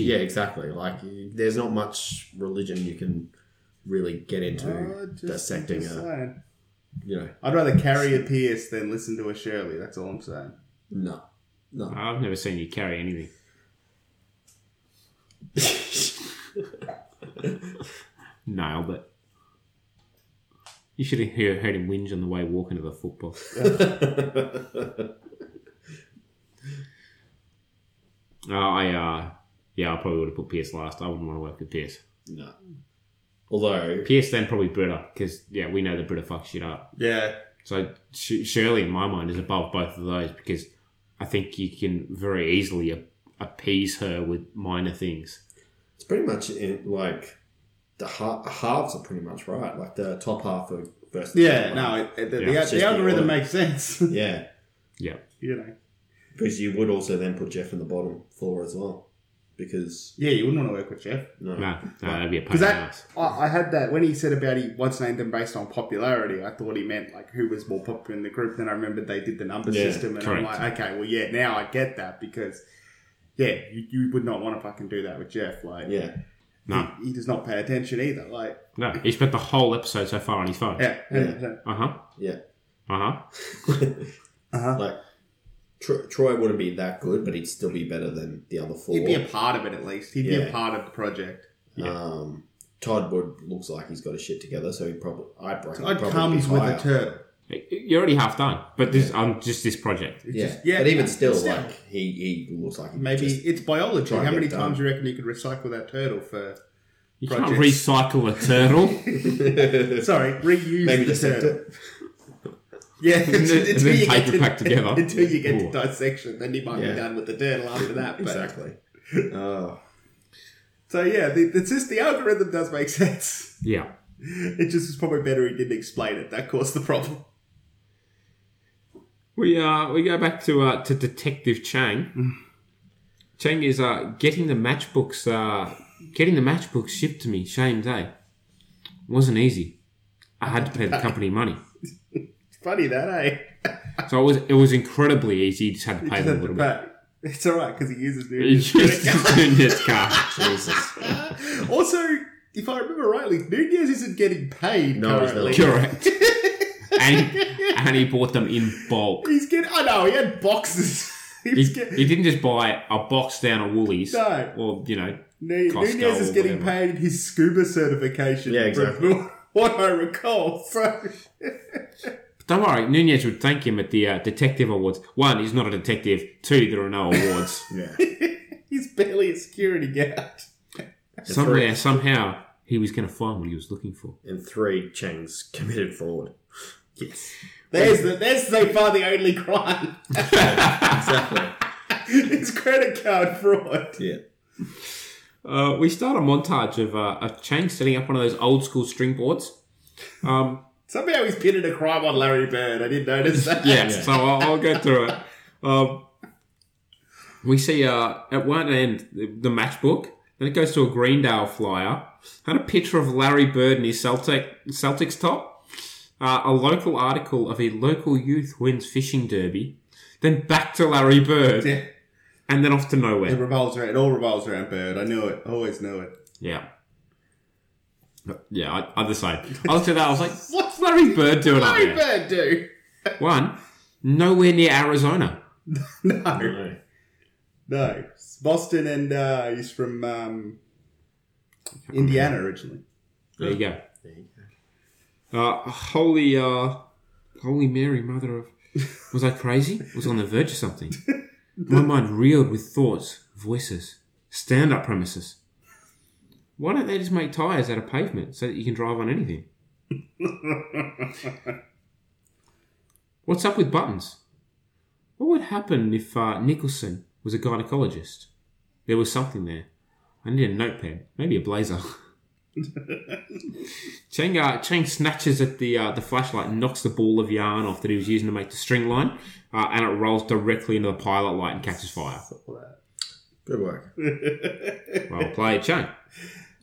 Yeah, exactly. Like, you- there's not much religion you can really get Oh, into just- dissecting just a, saying. you know. I'd rather carry a Pierce than listen to a Shirley. That's all I'm saying. No. No. I've never seen you carry anything. Nailed it. You should have hear- heard him whinge on the way walking to the football. Uh, I uh, yeah, I probably would have put Pierce last. I wouldn't want to work with Pierce. No. Although Pierce then probably Britta because yeah, we know that Britta fucks shit up. Yeah. So Sh- Shirley, in my mind, is above both of those because I think you can very easily a- appease her with minor things. It's pretty much in, like the ha- halves are pretty much right. Like the top half are versus. Yeah, the no, bottom half. it, it- the, Yeah. the- It's the just algorithm order. makes sense. Yeah, yeah, you know. because you would also then put Jeff in the bottom floor as well, because Yeah, you wouldn't want to work with Jeff. no, No, no, that'd be a pain. Because in the that, ass. I, I had that when he said about he once named them based on popularity. I thought he meant like who was more popular in the group. Then I remembered they did the number Yeah, system, and I'm correct. like, okay, well, yeah, now I get that because, yeah, you, you would not want to fucking do that with Jeff. Like, yeah, No. he, he does not pay attention either. Like, No, he spent the whole episode so far on his phone. yeah, Yeah. Uh huh. yeah, Uh huh. like Tro- Troy wouldn't be that good, but he'd still be better than the other 4 he'd be a part of it at least. He'd be Yeah. a part of the project. Um, Todd Wood looks like he's got his shit together, so he probably I reckon Todd he'd probably comes be with higher. a turtle. You're already half done, but this on just this project. Yeah. Just- yeah, but even but still, still. like he, he looks like he Maybe just- it's biology. try and How get many done. times do you reckon you could recycle that turtle for? You can't projects? recycle a turtle. Sorry, reuse Maybe the just a turtle. Yeah, it's, then- it's and then you tape get it to- back together. Until you get to Ooh. dissection, then you might Yeah. be done with the turtle after that. But, exactly. Oh, So yeah, the, the, just the algorithm does make sense. yeah. It just was probably better he didn't explain it. That caused the problem. We uh we go back to uh to Detective Mm. Chang. Chang is uh getting the matchbooks uh getting the matchbooks shipped to me. Shame day. Wasn't easy. I had to pay the company money, Funny that, eh? so it was it was incredibly easy. You just had to He pay just them a had little to bit. pay. It's all right because he uses You Nunez's just credit didn't get card. Jesus. card. Also, if I remember rightly, Nunez isn't getting paid No, he's currently. not. Correct. and he, and he bought them in bulk. He's getting. I know he had boxes. he He, was getting. he didn't just buy a box down at Woolies No. or you know Nu- Costco Nunez is or getting whatever. paid his scuba certification. Yeah, exactly. From what I recall, so Don't worry, Nunez would thank him at the uh, Detective Awards. One, he's not a detective. Two, there are no awards. yeah. he's barely a security guard. Somewhere, somehow, he was going to find what he was looking for. And three, Chang's committed fraud. Yes, There's the, there's so far the only crime. exactly. it's credit card fraud. Yeah, Uh, we start a montage of, uh, of Chang setting up one of those old school string boards. Um, Somehow he's pitted a crime on Larry Bird. I didn't notice that. yeah, so I'll, I'll go through it. Um, we see uh, at one end the, the matchbook, then it goes to a Greendale flyer, and a picture of Larry Bird in his Celtic Celtics top, uh, a local article of a local youth wins fishing derby, then back to Larry Bird, Yeah. and then off to It nowhere. revolves around. It all revolves around Bird. I knew it. I always knew it. Yeah. Yeah, I, I'm the same. I looked at that, I was like, what's Larry Bird doing up Larry there? Bird do? One, nowhere near Arizona. No, No. no. It's Boston and uh, he's from um, Indiana originally. There you go. There you go. Uh, holy, uh, holy Mary, mother of. Was I crazy? Was on the verge of something. My mind reeled with thoughts, voices, stand up premises. Why don't they just make tyres out of pavement so that you can drive on anything? What's up with buttons? What would happen if uh, Nicholson was a gynecologist? There was something there. I need a notepad, maybe a blazer. Chang, uh, Chang snatches at the uh, the flashlight and knocks the ball of yarn off that he was using to make the string line, uh, and it rolls directly into the pilot light and catches fire. Good work. Well played, Chang.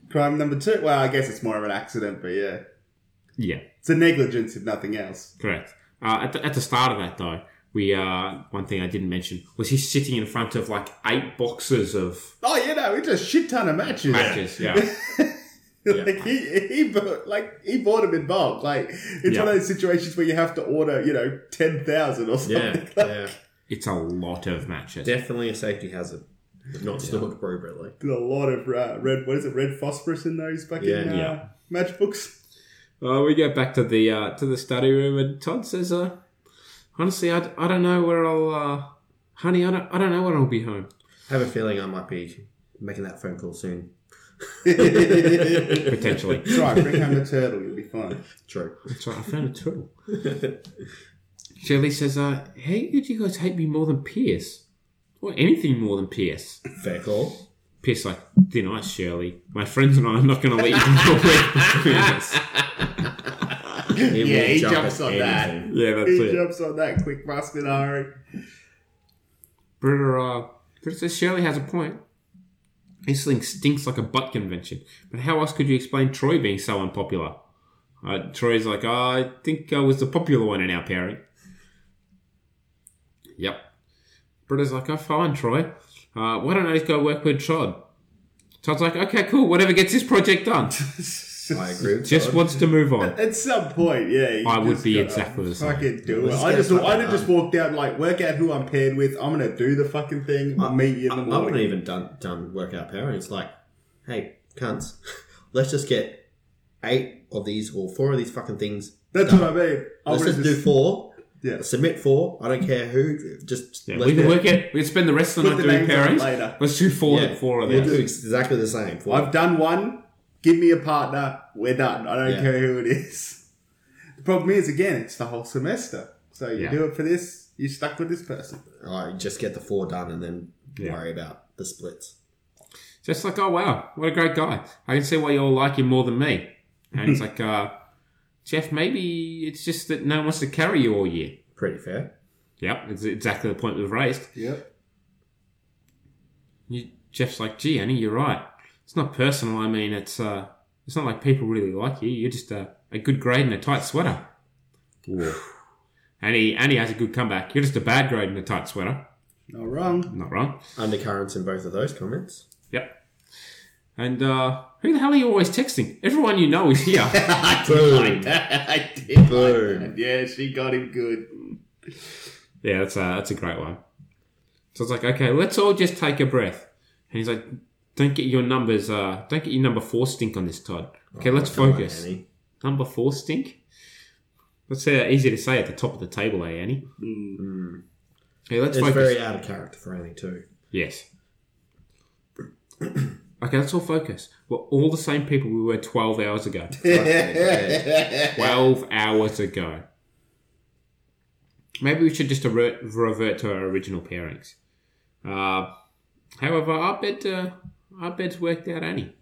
Crime number two. Well, I guess it's more of an accident, but yeah, Yeah, it's a negligence if nothing else. correct. Uh, at, the, at the start of that, though, we uh, one thing I didn't mention was he's sitting in front of like eight boxes of Oh, you know, it's a shit ton of matches. matches. Yeah, like he he bought, like he bought them in bulk. Like it's Yeah. one of those situations where you have to order, you know, ten thousand or something. Yeah, yeah. It's a lot of matches. Definitely a safety hazard, if not stored appropriately. There's a lot of uh, red. What is it? Red phosphorus in those fucking Yeah. uh, Yeah. matchbooks. Well, we get back to the uh, to the study room, and Todd says, uh, "Honestly, I, d- I don't know where I'll, uh, honey, I don't, I don't know when I'll be home." I have a feeling I might be making that phone call soon. Potentially. Try bring home a turtle. You'll be fine. True. That's right. I found a turtle. Shirley says, uh, "How could you guys hate me more than Pierce, or anything more than Pierce?" Fair call. Pierce like thin ice, Shirley. My friends and I are not going to let you go away. He yeah, will he jump jumps at on that. anything. Yeah, that's he it. jumps on that quick, Masminari. Britta, uh, Britta says Shirley has a point. This thing stinks like a butt convention. But how else could you explain Troy being so unpopular? Uh, Troy's like, "Oh, I think I was the popular one in our pairing. Yep. Britta's like, oh, fine, Troy. Uh, why don't I just go work with Todd? Todd's like, okay, cool. Whatever gets this project done. I agree. With just Todd. wants to move on. At, at some point, yeah. you I would just be gotta exactly the same. Fucking do it. Let's I get just, fucking I'd have just done. walked out, like, work out who I'm paired with. I'm gonna do the fucking thing. We'll meet you in the I morning. wouldn't even done done workout pairing. It's like, hey, cunts, let's just get eight of these or four of these fucking things. That's done. Oh, what I mean. I Let's would've just, do just- four. Yeah. Submit four. I don't care who. Just Yeah, let's we can do it. work it. We can spend the rest of the Put night the doing names on pairings. later. Let's do four, Yeah. four of We'll those. do exactly the same. Four. I've done one. Give me a partner. We're done. I don't Yeah. care who it is. The problem is, again, it's the whole semester. So you Yeah. do it for this. You're stuck with this person. I just get the four done and then Yeah. worry about the splits. Just like, oh wow, what a great guy. I can see why you all like him more than me. And it's like, uh, Jeff, maybe it's just that no one wants to carry you all year. Pretty fair. Yep, it's exactly the point we've raised. Yep. You, Jeff's like, gee, Annie, you're right. It's not personal. I mean, it's uh, it's not like people really like you. You're just a, a good grade and a tight sweater. Annie, Annie has a good comeback. You're just a bad grade and a tight sweater. Not wrong. Not wrong. Undercurrents in both of those comments. Yep. And uh, who the hell are you always texting? Everyone you know is here. Boom. I did. Boom. Yeah, she got him good. Yeah, that's a, that's a great one. So it's like, okay, let's all just take a breath. And he's like, don't get your numbers, uh, don't get your number four stink on this, Todd. Okay, Oh, let's come on, focus. Annie. number four stink? That's uh, easy to say at the top of the table, eh, Annie? Okay, Mm. let's It's focus. very out of character for Annie too. Yes. okay, let's all focus. We're all the same people we were 12 hours ago. Yeah. 12 hours ago. Maybe we should just revert, revert to our original pairings. Uh, however, our bed, uh, our bed's worked out Annie.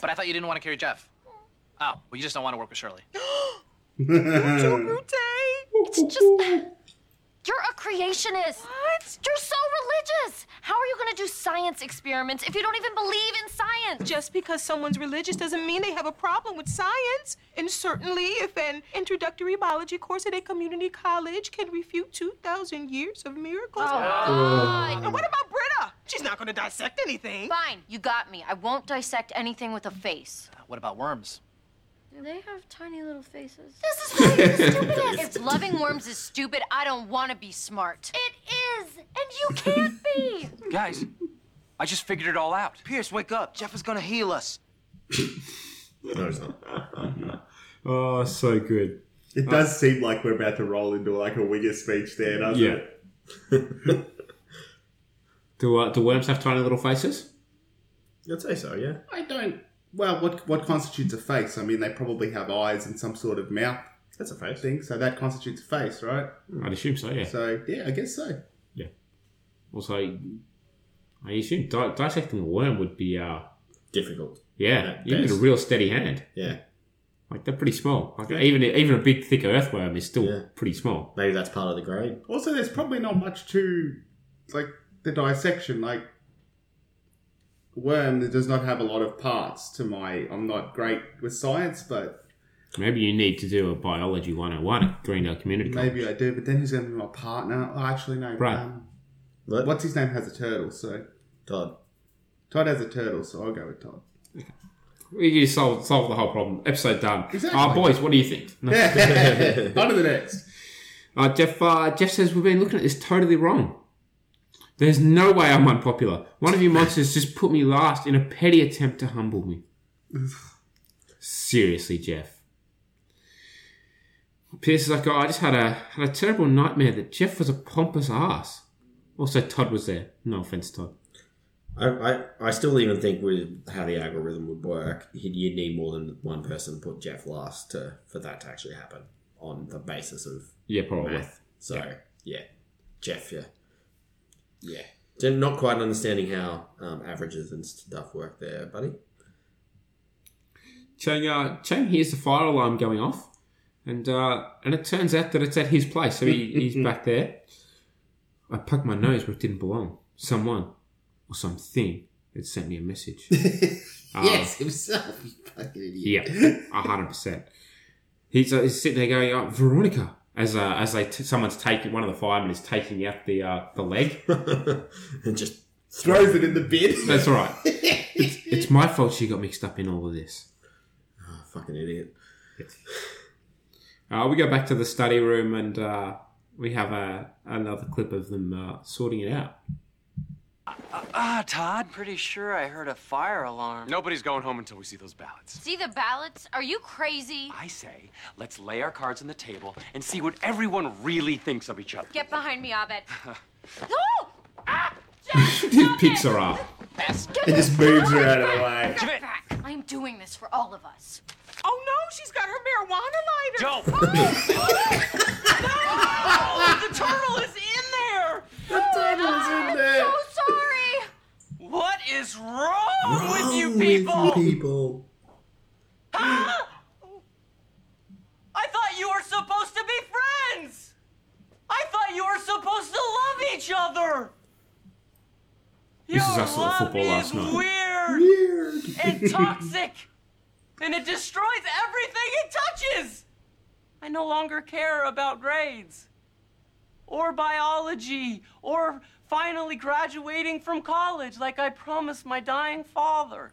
But I thought you didn't want to carry Jeff. Oh, well, you just don't want to work with Shirley. It's just. You're a creationist. What? You're so religious. How are you going to do science experiments if you don't even believe in science? Just because someone's religious doesn't mean they have a problem with science. And certainly, if an introductory biology course at a community college can refute 2,000 years of miracles. Oh, God. And what about Britta? She's not going to dissect anything. Fine, you got me. I won't dissect anything with a face. What about worms? Do they have tiny little faces? This is really stupid. if loving worms is stupid, I don't want to be smart. It is, and you can't be. Guys, I just figured it all out. Pierce, wake up. Jeff is gonna heal us. No, it's not. Oh, so good. It does seem like we're about to roll into like a wigger speech there, doesn't Yeah. it? Do, uh, do worms have tiny little faces? I'd say so. Yeah. I don't. Well, what what constitutes a face? I mean, they probably have eyes and some sort of mouth That's a face. thing, so that constitutes a face, right? I'd assume so, yeah. So yeah, I guess so. Also, I assume di- dissecting a worm would be, uh, Difficult. yeah, At you need a best. real steady hand. Yeah. Like, they're pretty small. Like, even, even a big, thick earthworm is still Yeah. pretty small. Maybe that's part of the grade. Also, there's probably not much to like the dissection, like a worm that does not have a lot of parts. To my, I'm not great with science, but Maybe you need to do a biology 101 at Greendale Community College. maybe I do. But then who's going to be my partner? Oh, actually, no. Right. Um, What? what's his name has a turtle, so Todd. Todd has a turtle, so I'll go with Todd. You solve solve the whole problem. Episode done. Exactly. Uh, boys, what do you think? No. On to the next. Uh, Jeff uh, Jeff says we've been looking at this totally wrong. There's no way I'm unpopular. One of you monsters just put me last in a petty attempt to humble me. Seriously, Jeff. Pierce is like, oh, I just had a had a terrible nightmare that Jeff was a pompous ass. Also, Todd was there. No offense, Todd. I, I, I still even think with how the algorithm would work, you'd you'd need more than one person to put Jeff last to for that to actually happen on the basis of Yeah, probably. So yeah, Jeff, yeah, yeah. Jen, not quite understanding how um, averages and stuff work there, buddy. Chang, uh, Chang hears the fire alarm going off, and uh, and it turns out that it's at his place, so he, he's back there. I plugged my nose where it didn't belong. Someone or something had sent me a message. Uh, yes, himself. You fucking Yeah, idiot. a hundred percent. He's, uh, he's sitting there going, oh, "Veronica," as uh, as they t- someone's taking one of the firemen is taking out the uh, the leg and just throws it in the bin. That's all right. It's, it's my fault she got mixed up in all of this. Oh, fucking idiot. Uh, we go back to the study room and uh, we have a another clip of them uh, sorting it out. Ah, Todd, pretty sure I heard a fire alarm. Nobody's going home until we see those ballots. See the ballots? Are you crazy? I say, let's lay our cards on the table and see what everyone really thinks of each other. Get behind me, Abed. It picks her up. It just moves her out of the way. Give it back. I'm doing this for all of us. Oh no, she's got her marijuana lighter. Don't. Oh, the turtle is in there. The turtle's in there. I'm so sorry. What is wrong? with you Wrong people. With you people. Huh? I thought you were supposed to be friends. I thought you were supposed to love each other. This is us at football last night. Weird. Weird. And toxic. and it destroys everything it touches. I no longer care about grades or biology or finally graduating from college like I promised my dying father.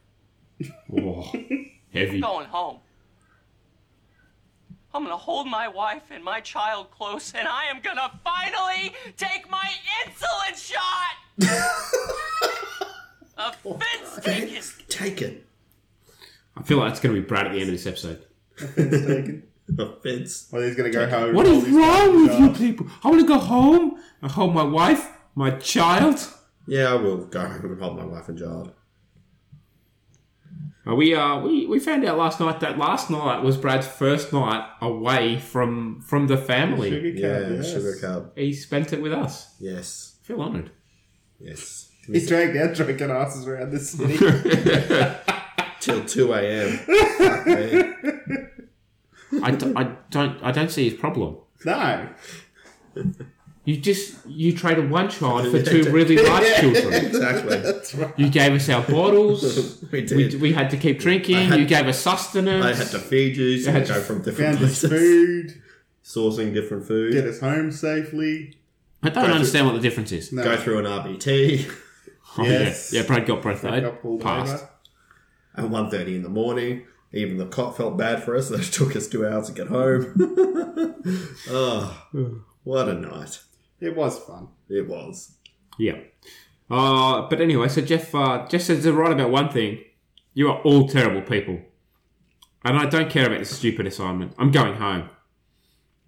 Whoa, heavy. I'm going home. I'm gonna hold my wife and my child close, and I am gonna finally take my insulin shot! Offense taken! Take it. I feel like that's going to be Brad at the end of this episode. Offense. Well, Oh, he's gonna go home. What is wrong with you people? I want to go home. I hold my wife, my child. Yeah, I will go home and hold my wife and child. Uh, we uh we, we found out last night that last night was Brad's first night away from from the family. Sugar cup, Yeah, sugar cup. He spent it with us. Yes. I feel honoured. Yes. He's dragged out drinking asses around the city. Till two a.m. Fuck me. I, d- I don't I don't see his problem. no. You just you traded one child for two really large children. exactly. That's right. You gave us our bottles. We We, did. we had to keep drinking. had- you gave us sustenance. I had to feed you. So I had we go to- from different Found his places, food. sourcing different food. Get us home safely. I don't understand what the difference is. No. Go through an RBT Oh, Yes. yeah. yeah, Brad got breath Brad got pulled Passed. over. at 1.30 in the morning. Even the cop felt bad for us. It took us two hours to get home. oh, what a night It was fun. it was. Yeah. Uh, but anyway, so Jeff uh, Jeff says they're right about one thing. You are all terrible people. And I don't care about this stupid assignment. I'm going home.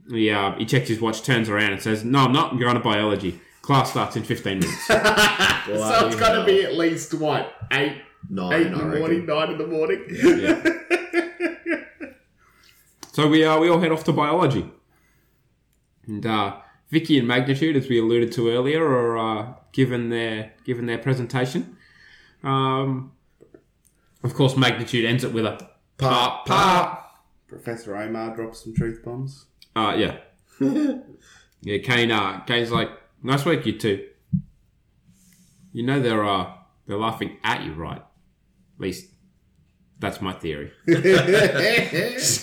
He, uh, he checks his watch, turns around, and says, No, I'm not. I'm going to biology. Class starts in 15 minutes. so it's got to be at least what eight, nine, eight in I the reckon. morning, nine in the morning. so we, uh, we all head off to biology. And uh, Vicky and Magnitude, as we alluded to earlier, are uh, given, their, given their presentation. Um, of course, Magnitude ends it with a pop, pop. Professor Omar drops some truth bombs. Uh, yeah. yeah, Kane, uh, Kane's like, nice work, you two. You know they're, uh, they're laughing at you, right? At least, that's my theory.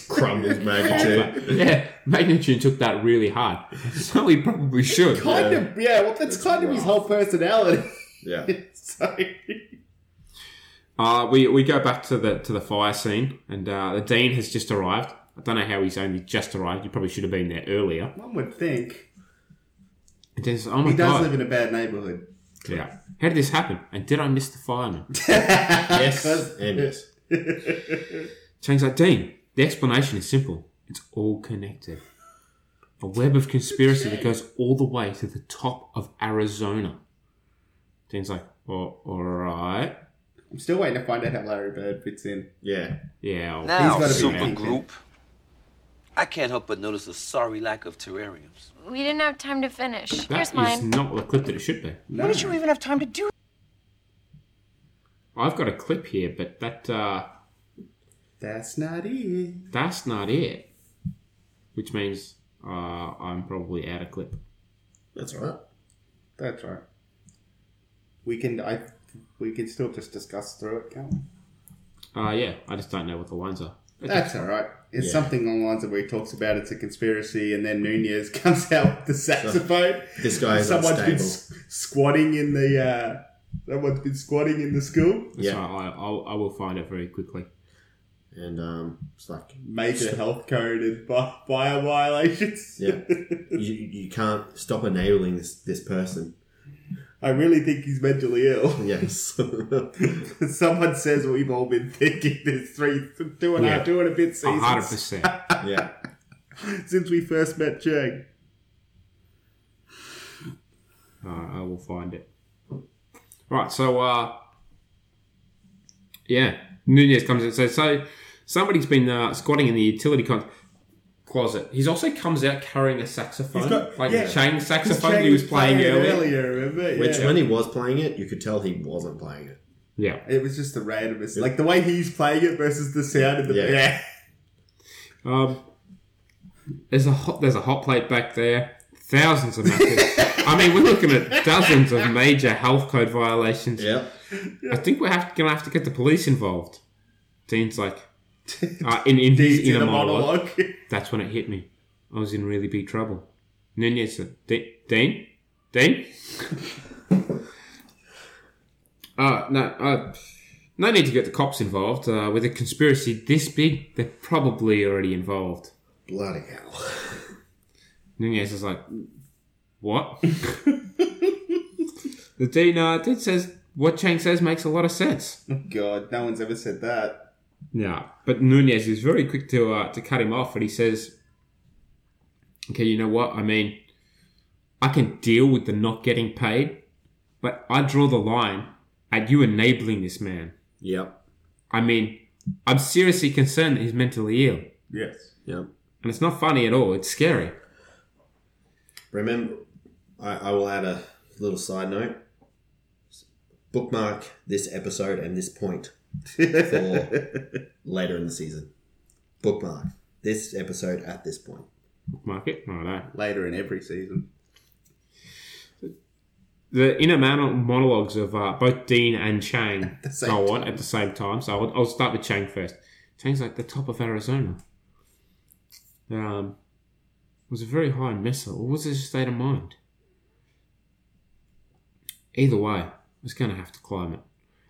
Crumbles magnitude. yeah, Magnitude took that really hard. So he probably should. Kind of, yeah. Well, that's, kind of his whole personality. Yeah. so, Uh, we we go back to the to the fire scene, and uh, the dean has just arrived. I don't know how he's only just arrived. You probably should have been there earlier. One would think And Dean's like, oh my he does god, live in a bad neighborhood. yeah. How did this happen? And did I miss the fireman? yes, and yes. Chang's like, Dean, the explanation is simple. It's all connected. A web of conspiracy that goes all the way to the top of Arizona. Dean's like, well, all right. I'm still waiting to find out how Larry Bird fits in. Yeah. Yeah. I'll- Now, gotta be super mad. group. I can't help but notice the sorry lack of terrariums. We didn't have time to finish. That Here's is mine. not the clip that it should be. What did you even have time to do? I've got a clip here, but that uh, That's not it. that's not it. Which means uh, I'm probably out of clip. That's all right. That's right. We can I we can still just discuss through it, can't we? Uh, yeah, I just don't know what the lines are. That's all right. It's Yeah. something along the lines of where he talks about it's a conspiracy, and then Nunez comes out with the saxophone. this guy is someone's been unstable. s- squatting in the. Uh, someone's been squatting in the school. Yeah, I, I'll, I will find it very quickly. And um, it's like Major health code and bi- bio violations. Yeah, you, you can't stop enabling this this person. I really think he's mentally ill. Yes. Someone says we've all been thinking this three, two and a half, Yeah. two and a bit A seasons hundred percent. yeah. since we first met Chang. Alright, Uh, I will find it. Right, so uh, yeah, Nunez comes in. So, so somebody's been uh, squatting in the utility con- closet. He's also comes out carrying a saxophone, like yeah, a chain saxophone Chang he was playing earlier. remember? Which Yeah. when he was playing it, you could tell he wasn't playing it. Yeah, It was just the randomness, like the way he's playing it versus the sound of the Yeah. yeah. Um, there's a hot, there's a hot plate back there. Thousands of matters. I mean, we're looking at dozens of major health code violations. Yep. I think we're have, gonna have to get the police involved. Dean's like, uh, in in his Dean's in inner a monologue. monologue. That's when it hit me. I was in really big trouble. Nunez said, "De- Dean, Dean. Uh, no, uh, no need to get the cops involved. Uh, with a conspiracy this big, they're probably already involved. Bloody hell. Nunez is like, what? the dean, uh, dean says, what Chang says makes a lot of sense. God, no one's ever said that. Yeah, but Nunez is very quick to uh, to cut him off, and he says, "Okay, you know what? I mean, I can deal with the not getting paid, but I draw the line at you enabling this man. Yep. I mean, I'm seriously concerned that he's mentally ill, and Yes. Yep. it's not funny at all. It's scary. Remember, I, I will add a little side note. Bookmark this episode and this point for later in the season. Bookmark this episode at this point. Market, I know. Later in every season. the inner man- monologues of uh, both Dean and Chang same go on at the same time. So I'll, I'll start with Chang first. Chang's like the top of Arizona. Um, was a very high missile, or was it his state of mind? Either way, I was going to have to climb it.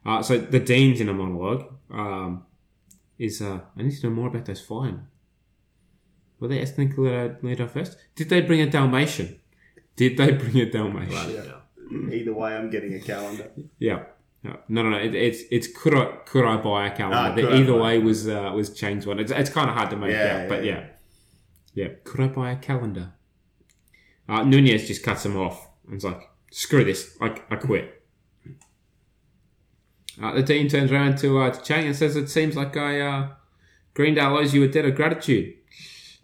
Uh, so the Dean's inner monologue um, is uh, I need to know more about those firemen. Were they ethnic leader first? Did they bring a Dalmatian? Did they bring a Dalmatian? Either way, I'm getting a calendar. Yeah. No, no, no. It, it's it's could I could I buy a Ah, calendar? could The I either buy- way was uh, was Chang's one. It's, it's kind of hard to make Yeah, out, but yeah. yeah, yeah. Could I buy a calendar? Uh, Nunez just cuts him off and's like, "Screw this! I, I quit." Uh, the dean turns around to uh, to Chang and says, "It seems like I uh, Greendale owes you a debt of gratitude.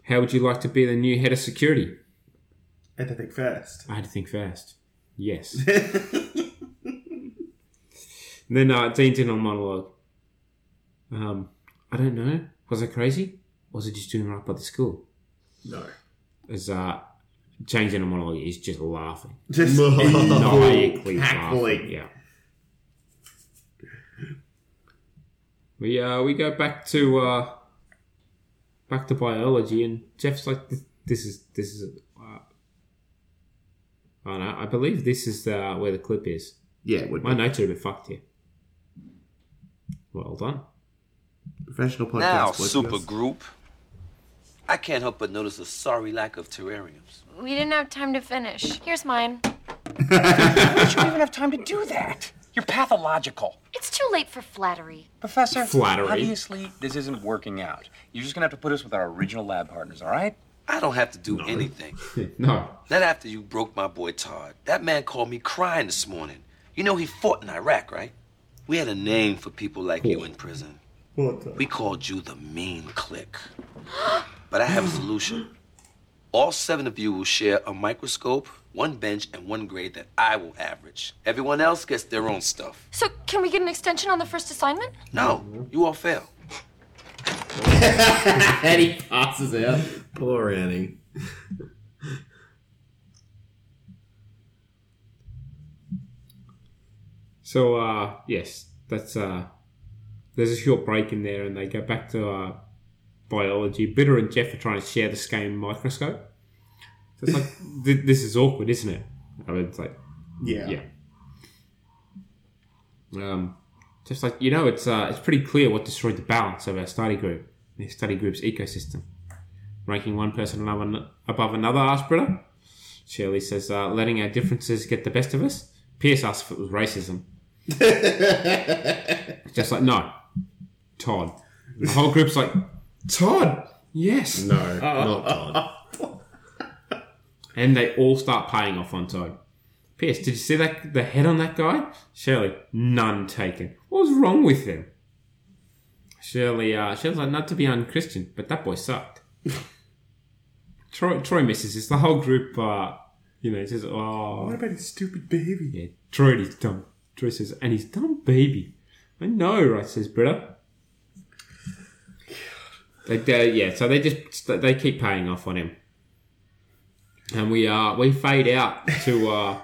How would you like to be the new head of security?" Had to think first. I had to think fast. Yes. And then uh, Dean's in on monologue. Um, I don't know. Was I crazy? Or was I just doing right by the school? No. As uh, James in a monologue is just laughing. Just Maniacally evil, laughing. cackling. Yeah. We uh, we go back to uh, back to biology, and Jeff's like, "This, this is this is." Uh, I don't know. I believe this is uh, where the clip is. Yeah, it would My notes are a bit fucked here. Well done. Professional podcast. Now, podcast. super group. I can't help but notice a sorry lack of terrariums. We didn't have time to finish. Here's mine. Why should you even have time to do that? You're pathological. It's too late for flattery. Professor, Flattery. obviously This isn't working out. You're just gonna have to put us with our original lab partners, all right? I don't have to do anything. no. Not after you broke my boy Todd. That man called me crying this morning. You know he fought in Iraq, right? We had a name for people like you in prison. We called you the mean clique. But I have a solution. All seven of you will share a microscope, one bench, and one grade that I will average. Everyone else gets their own stuff. So, can we get an extension on the first assignment? No, you all fail. Annie passes out. Poor Annie. So uh, yes, that's uh, there's a short break in there, and they go back to uh, biology. Bitter and Jeff are trying to share the same microscope. So it's like th- this is awkward, isn't it? I mean, it's like Yeah. yeah. Um, just like you know, it's uh, it's pretty clear what destroyed the balance of our study group, the study group's ecosystem. Ranking one person another, above another, asks Britta. Shirley says, uh, "Letting our differences get the best of us." Pierce asks if it was racism. just like no, Todd. The whole group's like Todd. Yes. Uh, No, not Todd. And they all start paying off on Todd. Pierce, did you see that the head on that guy? Shirley, none taken. What was wrong with them? Shirley, uh, Shirley's like, not to be unchristian, but that boy sucked. Troy, Troy misses this. The whole group, uh, you know, says, oh. What about his stupid baby? Yeah, Troy and his dumb. Troy says, and his dumb baby. I know, right? Says Britta. They, they, yeah, so they just they keep paying off on him, and we uh we fade out to uh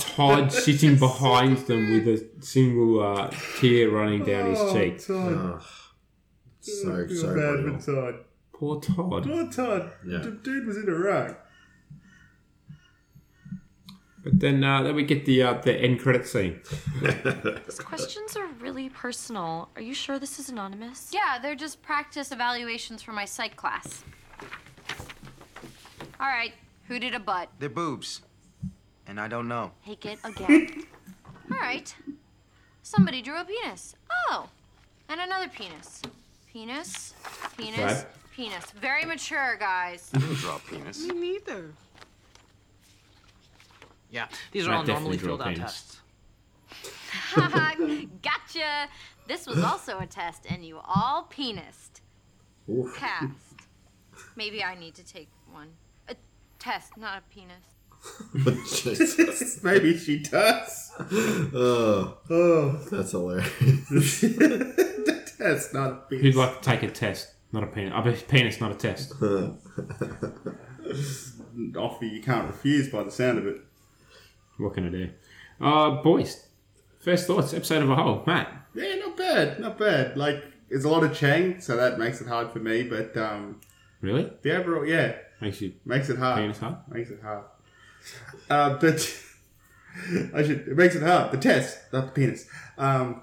Todd sitting behind them with a single uh, tear running down his Oh, cheek. Todd. Ah, So, Feel so bad brutal. for Todd. Poor Todd. Poor Todd. Yeah. The dude was in Iraq. But then uh, then we get the uh, the end credit scene. These questions are really personal. Are you sure this is anonymous? Yeah, they're just practice evaluations for my psych class. All right, who did a butt? They're boobs. And I don't know. Take it again. All right. Somebody drew a penis. Oh, and another penis. Penis, penis, Right. penis. Very mature, guys. I didn't draw a penis. Me neither. Yeah, these are I all normally definitely drew a filled out penis. tests. gotcha. This was also a test, and you all penised. Oof. Passed. Maybe I need to take one. A test, not a penis. Maybe she does. Oh, oh, that's hilarious. That's not Who'd like to take a test, not a penis? I bet penis, not a test. an offer you can't refuse by the sound of it. What can I do? Uh, boys, first thoughts, episode of a whole. Matt, Yeah, not bad, not bad. Like, it's a lot of Chang, so that makes it hard for me, but um, really? the overall, yeah, Makes you makes it hard. penis hard? Makes it hard. Uh, but I should. It makes it hard. The test, not the penis. Um,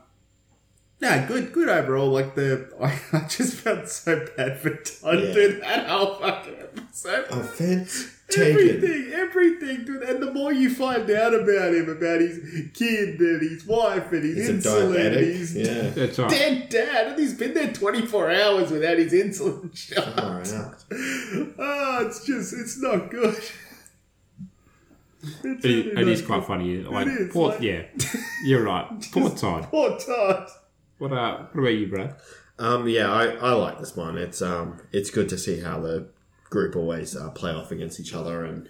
nah, good, good overall. Like the, I, I just felt so bad for Todd Yeah. dude. That whole fucking episode. Offense taken. Everything, everything, dude. And the more you find out about him, about his kid and his wife and his He's a insulin, and diabetic, his yeah. That's right. dead dad, and he's been there twenty four hours without his insulin shot. Far out. Oh, it's just, it's not good. It's It is, it really is not quite funny. Like, is, poor, like- yeah, you're right. Poor Todd. Poor Todd. What, uh, what about you, Brad? Um, yeah, I, I like this one. It's um, it's good to see how the group always uh, play off against each other and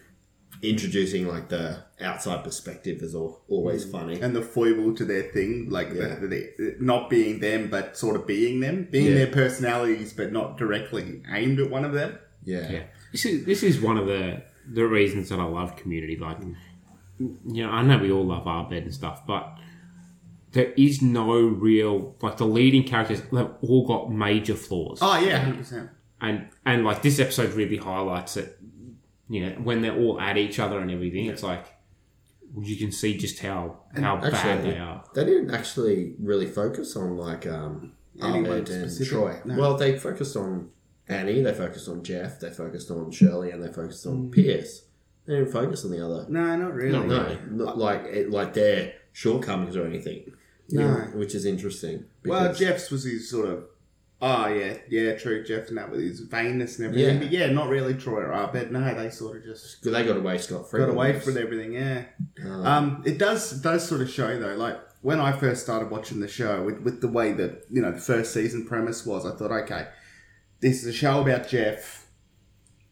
introducing like the outside perspective is all, always funny. Mm. And the foible to their thing, like Yeah. the, the, not being them, but sort of being them, being Yeah. their personalities, but not directly aimed at one of them. Yeah. This is this is one of the the reasons that I love community. Like, you know, I know we all love Arbed and stuff, but there is no real like the leading characters. They've all got major flaws. Oh yeah, hundred percent. and and like this episode really highlights it. You know, when they're all at each other and everything, it's like you can see just how And how bad actually, they are. They didn't actually really focus on like um, Anyone Ahmed and specific, Troy. no. Well, they focused on Annie, they focused on Jeff, they focused on Shirley, and they focused on Mm. Pierce. They didn't focus on the other. No, not really. No, no, not like it, like their shortcomings or anything. No. Yeah, which is interesting. Well, because- Jeff's was his sort of. Oh yeah, yeah, true. Jeff and that with his vainness and everything. Yeah. But yeah, not really Troy or Arbed. No, they sort of just they got away scot free. got away from everything. Yeah. Um, Um, it does it does sort of show though, like when I first started watching the show, with, with the way that you know the first season premise was, I thought, okay, this is a show about Jeff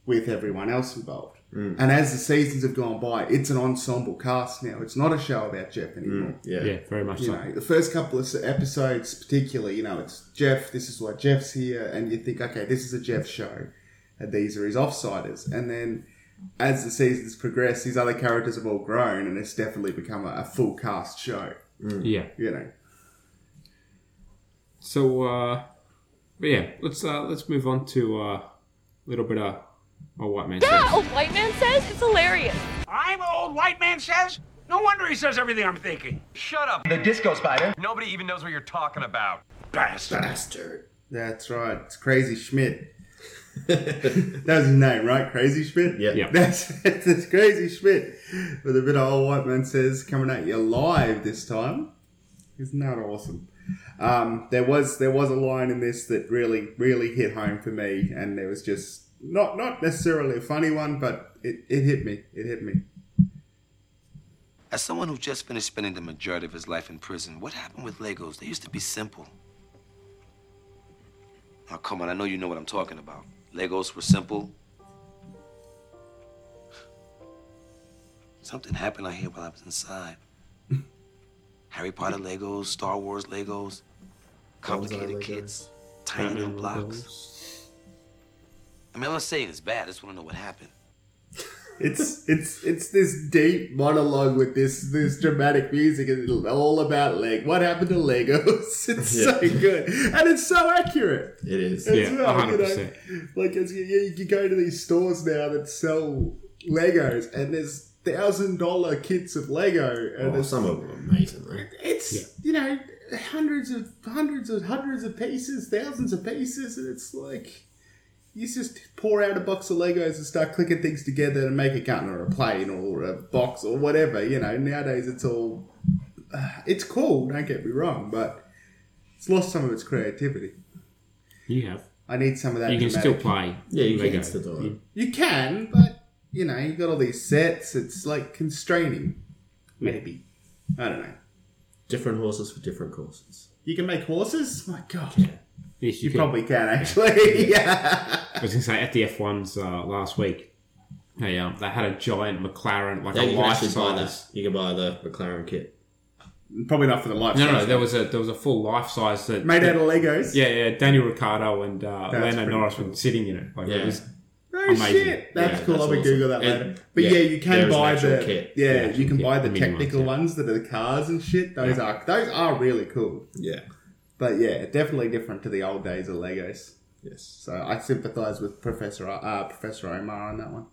with everyone else involved. Mm. And as the seasons have gone by, it's an ensemble cast now. It's not a show about Jeff anymore. yeah. Yeah, very much You so. know, the first couple of episodes, particularly, you know, it's Jeff. This is why Jeff's here, and you think, okay, this is a Jeff show, and these are his offsiders. And then, as the seasons progress, these other characters have all grown, and it's definitely become a, a full cast show. Yeah. you know, So, uh, but yeah, let's uh, let's move on to uh, a little bit of a white man. Yeah, Says. old white man says it's hilarious. I'm old white man says. No wonder he says everything I'm thinking. Shut up. The disco spider. Nobody even knows what you're talking about. Bastard. Bastard. that's right. It's Crazy Schmidt. that was his name, right? Crazy Schmidt. Yeah. Yeah. That's, that's Crazy Schmidt with a bit of old white man says coming at you live this time. Isn't that awesome? Um, there was there was a line in this that really really hit home for me, and it was just not not necessarily a funny one, but it, it hit me. It hit me. As someone who just finished spending the majority of his life in prison, what happened with Legos? They used to be simple. Now, come on, I know you know what I'm talking about. Legos were simple. Something happened out here while I was inside. Harry Potter Legos, Star Wars Legos, complicated kits, tiny little blocks. I mean, I'm not saying it's bad. I just want to know what happened. It's it's it's this deep monologue with this this dramatic music, and it's all about leg. What happened to Legos? It's so Yeah. good, and it's so accurate. It is. as well, you know. Like as you, you you go to these stores now that sell Legos, and there's thousand dollar kits of Lego, and Oh, it's, some of them are amazing, though. it's you know hundreds of hundreds of hundreds of pieces, thousands of pieces, and it's like you just pour out a box of Legos and start clicking things together and make a gun or a plane or a box or whatever. You know nowadays it's all uh, it's cool. Don't get me wrong, but it's lost some of its creativity. You have. I need some of that. You can still dramatic- play. Yeah, you Lego. can still do it. you can, but you know, you got all these sets. It's like constraining. Maybe I don't know. Different horses for different courses. You can make horses. My God, Yes, you, can. probably can actually. yeah. I was gonna say at the F ones uh, last week, they um, they had a giant McLaren like Yeah, a you can life actually buy size. that. You can buy the McLaren kit. Probably not for the life. No, size. no, there was a there was a full life size that made that- out of Legos. Yeah, yeah. Daniel Ricciardo and uh, That's Lando pretty Norris were sitting in it. Like, Yeah. it was Oh amazing. shit! That's Yeah, cool. I'm gonna awesome. Google that later. And- But yeah, you there can is an buy actual the kit. yeah, The actual you can kit, buy the mini one, technical yeah. ones that are the cars and shit. Those Yeah. are those are really cool. Yeah. But yeah, definitely different to the old days of Legos. Yes. So I sympathise with Professor uh, Professor Omar on that one.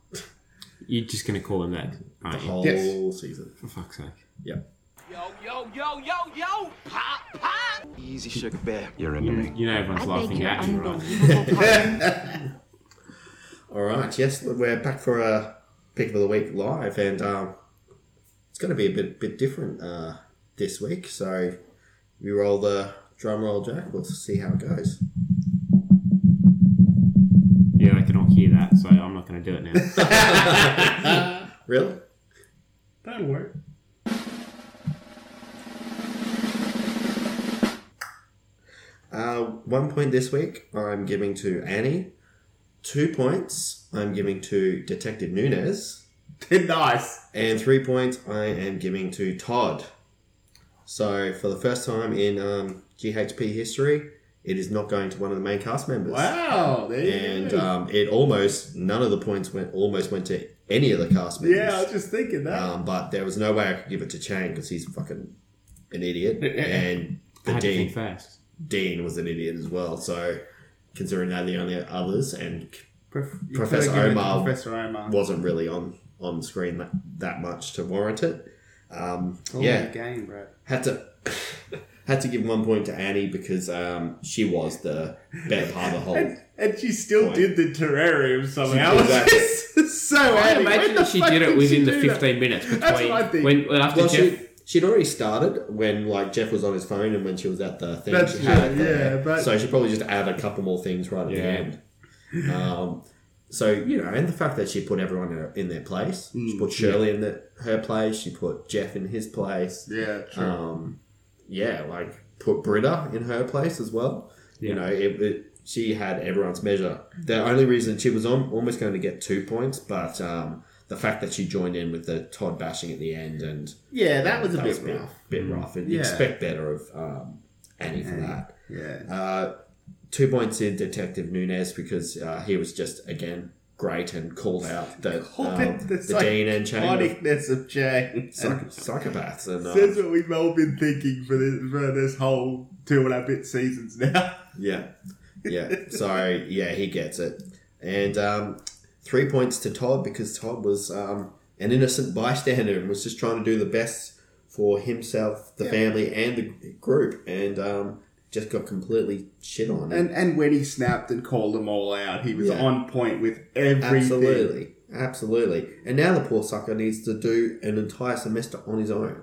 You're just gonna call him that aren't The you? whole Yes. season. For fuck's sake. Yeah. Yo, yo, yo, yo, yo. Pop, pop. Easy, sugar bear. You're into me. You know everyone's I beg laughing your at you, right? All right. Yes, we're back for a pick of the week live, and um, it's going to be a bit bit different uh, this week. So you roll the drum roll, Jack. We'll see how it goes. Yeah, they can all hear that, so I'm not gonna do it now. really? That'll work. Uh, one point this week I'm giving to Annie. Two points I'm giving to Detective Nunez. nice. And three points I am giving to Todd. So for the first time in um, GHP history, it is not going to one of the main cast members. Wow, there you and uh, go. um, it almost none of the points went almost went to any of the cast members. Yeah, I was just thinking that. Um, but there was no way I could give it to Chang because he's fucking an idiot, and I the had to dean think fast. Dean was an idiot as well. So considering they're the only others, and Prof- you Professor could've given it to Omar, Professor Omar. wasn't really on on screen that, that much to warrant it. Um, Oh. All yeah, in the game, bro. Had to had to give one point to Annie because um, she was the better part of the whole. And, and she still did the terrarium somehow. did that. so I Annie, when imagine the she fuck did it did within she the do that? 15 minutes between That's what I think. when when after Well, Jeff. she, she'd already started when like Jeff was on his phone and when she was at the thing. That's she true, had it yeah, there. but- so she probably just add a couple more things right at the end. Um, so you know, and the fact that she put everyone in, in their place. She Mm, put Shirley in the, her place. She put Jeff in his place. Yeah, true. Um, yeah, like put Britta in her place as well. You know, it, it, she had everyone's measure. The only reason she was on almost going to get two points, but um, the fact that she joined in with the Todd bashing at the end and Yeah, that was a bit bit rough. bit rough. And you Yeah. expect better of um, Annie for Annie, that. yeah. Uh, two points in Detective Nunez because uh, he was just again great and called out the um, the, DNA chain psychoticness of Jane. of psych- psychopaths and That's uh, what we've all been thinking for this, for this whole two and a bit seasons now. yeah, yeah. So yeah, he gets it, and um, three points to Todd because Todd was um, an innocent bystander and was just trying to do the best for himself, the Yeah. family, and the group, and um, just got completely shit on. And and when he snapped and called them all out, he was Yeah. on point with everything. Absolutely. Absolutely. And now the poor sucker needs to do an entire semester on his own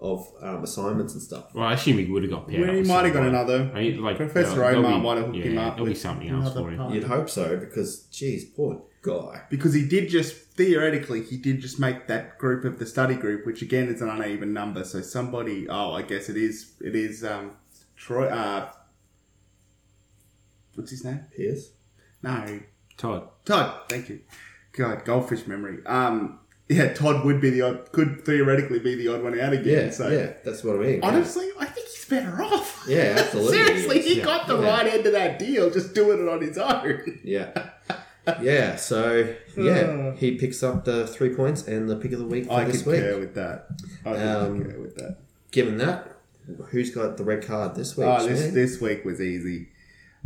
of um, assignments and stuff. Well, I assume he would have got paired Well, up he with might have got someone. another. I mean, like, Professor there'll- there'll Omar be- might have hooked him yeah, up There'll be with something else another for him. partner. You'd hope so because, geez, poor guy. Because he did just theoretically, he did just make that group of the study group, which again is an uneven number. So somebody, oh, I guess it is, it is um, Troy. Uh, what's his name? Pierce. No, Todd. Todd. Thank you. God, goldfish memory. Um, yeah, Todd would be the odd, could theoretically be the odd one out again. Yeah, so yeah, that's what I mean. yeah. honestly, I think he's better off. Yeah, absolutely. Seriously, he Yeah. got the Yeah. right end of that deal, just doing it on his own. Yeah. Yeah, so yeah, he picks up the three points and the pick of the week for I this week. concur with that. I Um, concur with that. Given that, who's got the red card this week? Oh, this, Shane? this week was easy.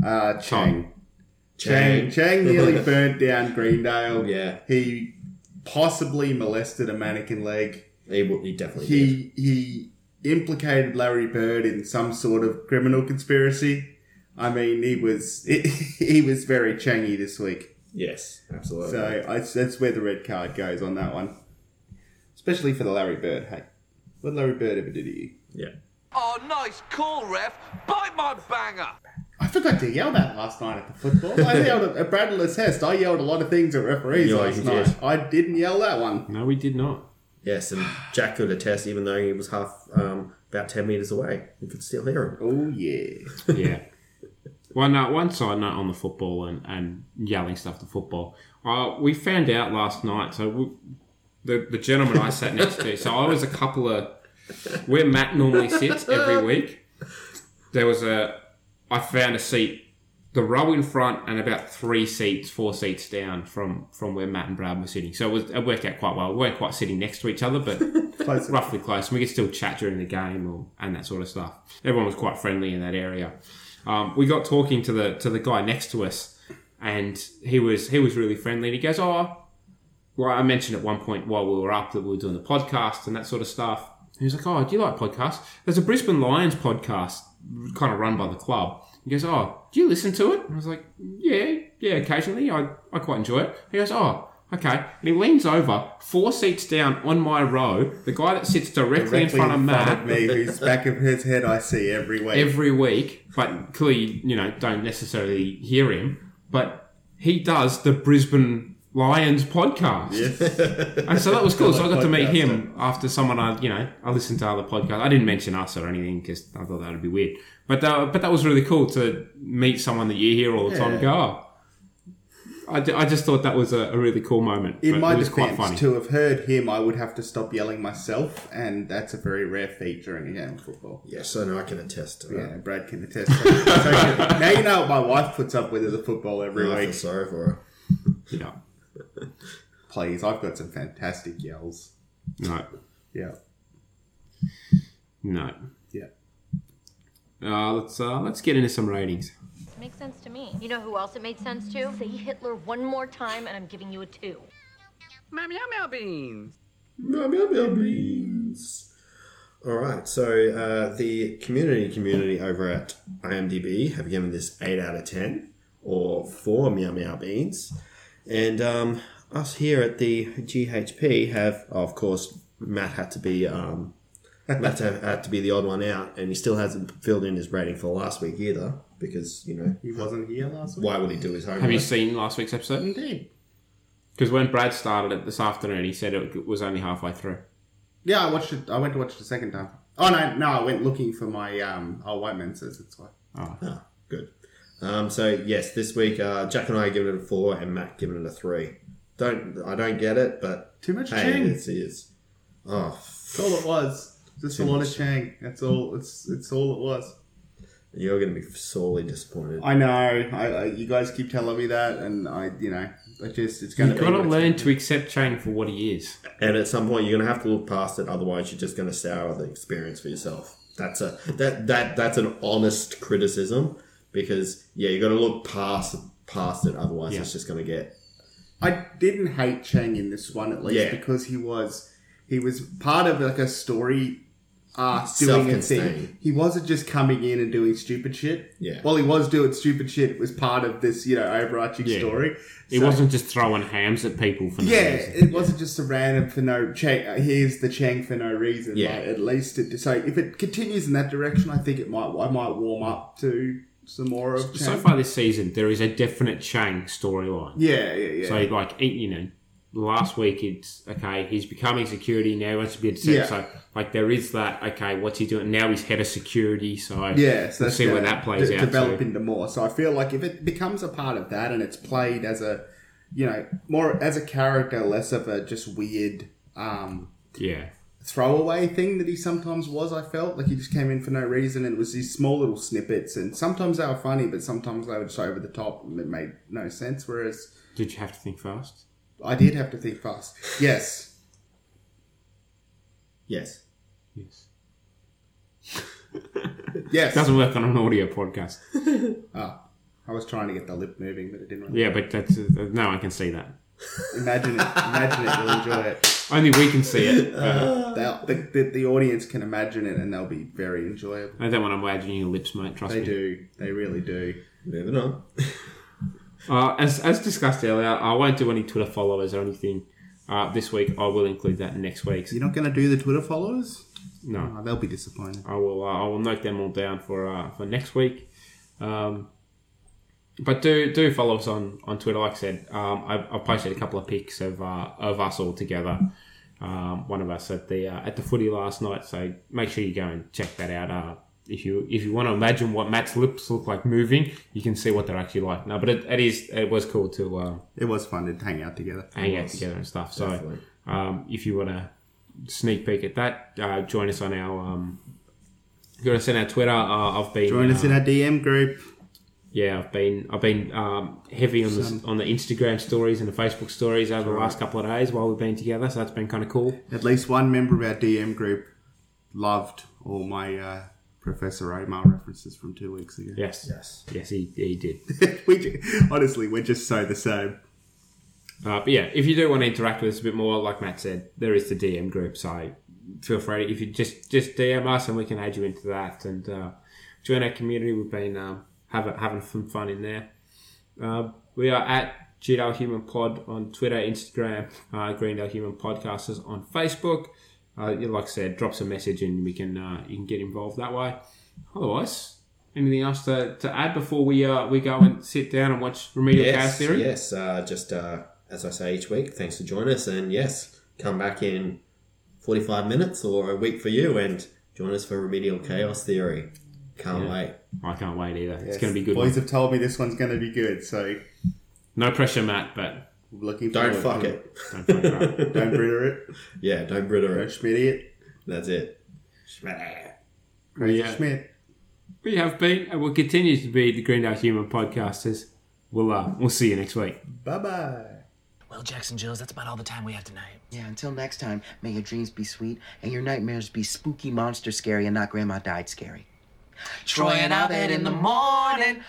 Uh, Chang. Chang. Chang. Chang nearly burnt down Greendale. Yeah. He possibly molested a mannequin leg. He, w- he definitely did. He, he implicated Larry Bird in some sort of criminal conspiracy. I mean, he was he was very Changy this week. Yes, absolutely. So I, that's where the red card goes on that one. Especially for the Larry Bird. Hey, what Larry Bird ever did to you? Yeah. Oh, nice call, ref. Bite my banger. I forgot to yell that last night at the football. I yelled at, at Bradley's test. I yelled a lot of things at referees Yeah, last you night. did. I didn't yell that one. No, we did not. Yes, and Jack could attest, even though he was half um, about ten meters away, you could still hear him. Oh yeah, yeah. One uh, one side note on the football and, and yelling stuff to football. Uh, we found out last night. So we, the the gentleman I sat next to. So I was a couple of where Matt normally sits every week. There was a I found a seat, the row in front, and about three seats, four seats down from from where Matt and Brad were sitting. So it, was, it worked out quite well. We weren't quite sitting next to each other, but Close enough. roughly close. And we could still chat during the game or, and that sort of stuff. Everyone was quite friendly in that area. Um, we got talking to the to the guy next to us, and he was he was really friendly. And he goes, "Oh, well, I mentioned at one point while we were up that we were doing the podcast and that sort of stuff. He was like, "Oh, do you like podcasts?" There's a Brisbane Lions podcast, kind of run by the club. He goes, "Oh, do you listen to it?" And I was like, "Yeah, yeah, occasionally. I, I quite enjoy it." He goes, "Oh, okay." And he leans over, four seats down on my row, the guy that sits directly, in front of Matt, me, whose back of his head I see every week. every week, Hmm. but clearly, you know, don't necessarily hear him, but he does the Brisbane Lions podcast. and so that was cool. So I got to meet him after someone I, you know, I listened to other podcasts. I didn't mention us or anything because I thought that would be weird. But that, but that was really cool to meet someone that you hear all the time. and Go, oh. I, ju- I just thought that was a, a really cool moment. In But my it was quite defense, funny. to have heard him, I would have to stop yelling myself, and that's a very rare feature in a game of football. Yes, and I can attest to Yeah, that. Brad can attest. So good. now you know what my wife puts up with at the football every I feel week. sorry for her. Yeah. Please, I've got some fantastic yells. No, Yeah, no. yeah. Uh, let's uh, let's get into some ratings. Makes sense to me. You know who else it made sense to? Say Hitler one more time and I'm giving you a two. Meow meow meow beans. Meow, meow, meow, meow. Please. All right, so uh, the community community over at IMDb have given this eight out of ten, or four meow meow beans, and um, us here at the GHP have, of course, Matt had to be um, Matt had had to be the odd one out, and he still hasn't filled in his rating for last week either because you know he wasn't here last week. Why would he do his homework? Have you seen last week's episode? Indeed. Because when Brad started it this afternoon, he said it was only halfway through. Yeah, I watched it. I went to watch it a second time. Oh no, no, I went looking for my um. Oh, white man says it's why. Oh, Ah, good. Um, so yes, this week uh, Jack and I are giving it a four, and Matt giving it a three. Don't I don't get it, but Too much hey, Chang. It's, it's, oh, That's all it was. Just a Too lot much. of Chang. That's all. It's it's all it was. you're going to be sorely disappointed. I know. I, I you guys keep telling me that, and I you know I just it's going You've to got to learn to accept Chang for what he is. And at some point, you're going to have to look past it. Otherwise, you're just going to sour the experience for yourself. That's a that that that's an honest criticism because yeah, you got to look past past it. Otherwise, Yeah. it's just going to get I didn't hate Chang in this one at least Yeah. because he was he was part of like a story arc doing a Self-contained. thing. He wasn't just coming in and doing stupid shit. Yeah. Well, he was doing stupid shit. It was part of this you know overarching Yeah. story. It So- wasn't just throwing hams at people for no Yeah, reason. it wasn't just a random for no Chang. uh, Here's the Chang for no reason. Yeah. Like, at least it. So if it continues in that direction, I think it might. I might warm up to some more of. Chang. So far this season, there is a definite Chang storyline. Yeah, yeah, yeah. So like, it- you know, last week it's okay. He's becoming security now. He wants to be a Yeah. detective. So like, there is that. Okay, what's he doing now? He's head of security. So yeah, so we'll that's see where gonna that plays de- out. Develop to. into more. So I feel like if it becomes a part of that and it's played as a, you know, more as a character, less of a just weird, um, Yeah. throwaway thing that he sometimes was. I felt like he just came in for no reason, and it was these small little snippets, and sometimes they were funny, but sometimes they were just over the top, and it made no sense. Whereas, did you have to think fast? I did have to think fast. Yes. Yes. Yes. Yes. Doesn't work on an audio podcast. Ah, I was trying to get the lip moving, but it didn't. Really Yeah, but that's uh, no. I can see that. Imagine it. Imagine it. You'll enjoy it. Only we can see it. Uh. They'll- the, the, the audience can imagine it and they'll be very enjoyable. I don't want to imagine your lips, mate. Trust they me. do. They really do. Moving on. Uh, as, as discussed earlier, I won't do any Twitter followers or anything uh, this week. I will include that in next week's. You're not going to do the Twitter followers? No. Oh, they'll be disappointed. I will. Uh, I will note them all down for uh, for next week. Um, but do do follow us on, on Twitter. Like I said, um, I, I posted a couple of pics of uh, of us all together. Um, one of us at the uh, at the footy last night. So make sure you go and check that out. Uh, if you if you want to imagine what Matt's lips look like moving, you can see what they're actually like. No, but it, it is it was cool to. Um, It was fun to hang out together. hang It out was. together and stuff. So, Definitely. um, if you want to sneak peek at that, uh, join us on our. Um, join us on our Twitter. Uh, I've been Join us in uh, our DM group. yeah, I've been I've been um, heavy on the Some- on the Instagram stories and the Facebook stories over the last couple of days while we've been together. So that's been kind of cool. At least one member of our DM group loved all my uh, Professor Omar references from two weeks ago. Yes, yes, yes. He, he did. we ju- honestly, we're just so the same. Uh, but yeah, if you do want to interact with us a bit more, like Matt said, there is the DM group, so feel free if you just just DM us and we can add you into that and uh, join our community. We've been um, having having some fun in there. Uh, we are at GDL Human Pod on Twitter, Instagram, uh, Greendale Human Podcasters on Facebook. Uh, yeah, like I said, drop us a message and we can uh, you can get involved that way. Otherwise, anything else to, to add before we uh, we go and sit down and watch Remedial Chaos yes, Theory? yes. Uh, just uh, as I say each week, thanks for joining us, and yes, come back in forty-five minutes or a week for you, and join us for Remedial Chaos Theory. Can't Yeah. wait. I can't wait either. It's going to be good. Boys one. have told me this one's going to be good, so No pressure, Matt, but looking Don't forward fuck to it. Don't fuck it up. Don't Britter it. Yeah, don't britter Don't it. schmitty it. That's it. Crazy Yeah. Schmidt. we have been and will continue to be the Greenhouse Human Podcasters. We'll uh, we'll see you next week. Bye bye. Well, Jackson Jills, that's about all the time we have tonight. Yeah, until next time, may your dreams be sweet and your nightmares be spooky, monster scary, and not grandma died scary. Troy and Abed in the morning.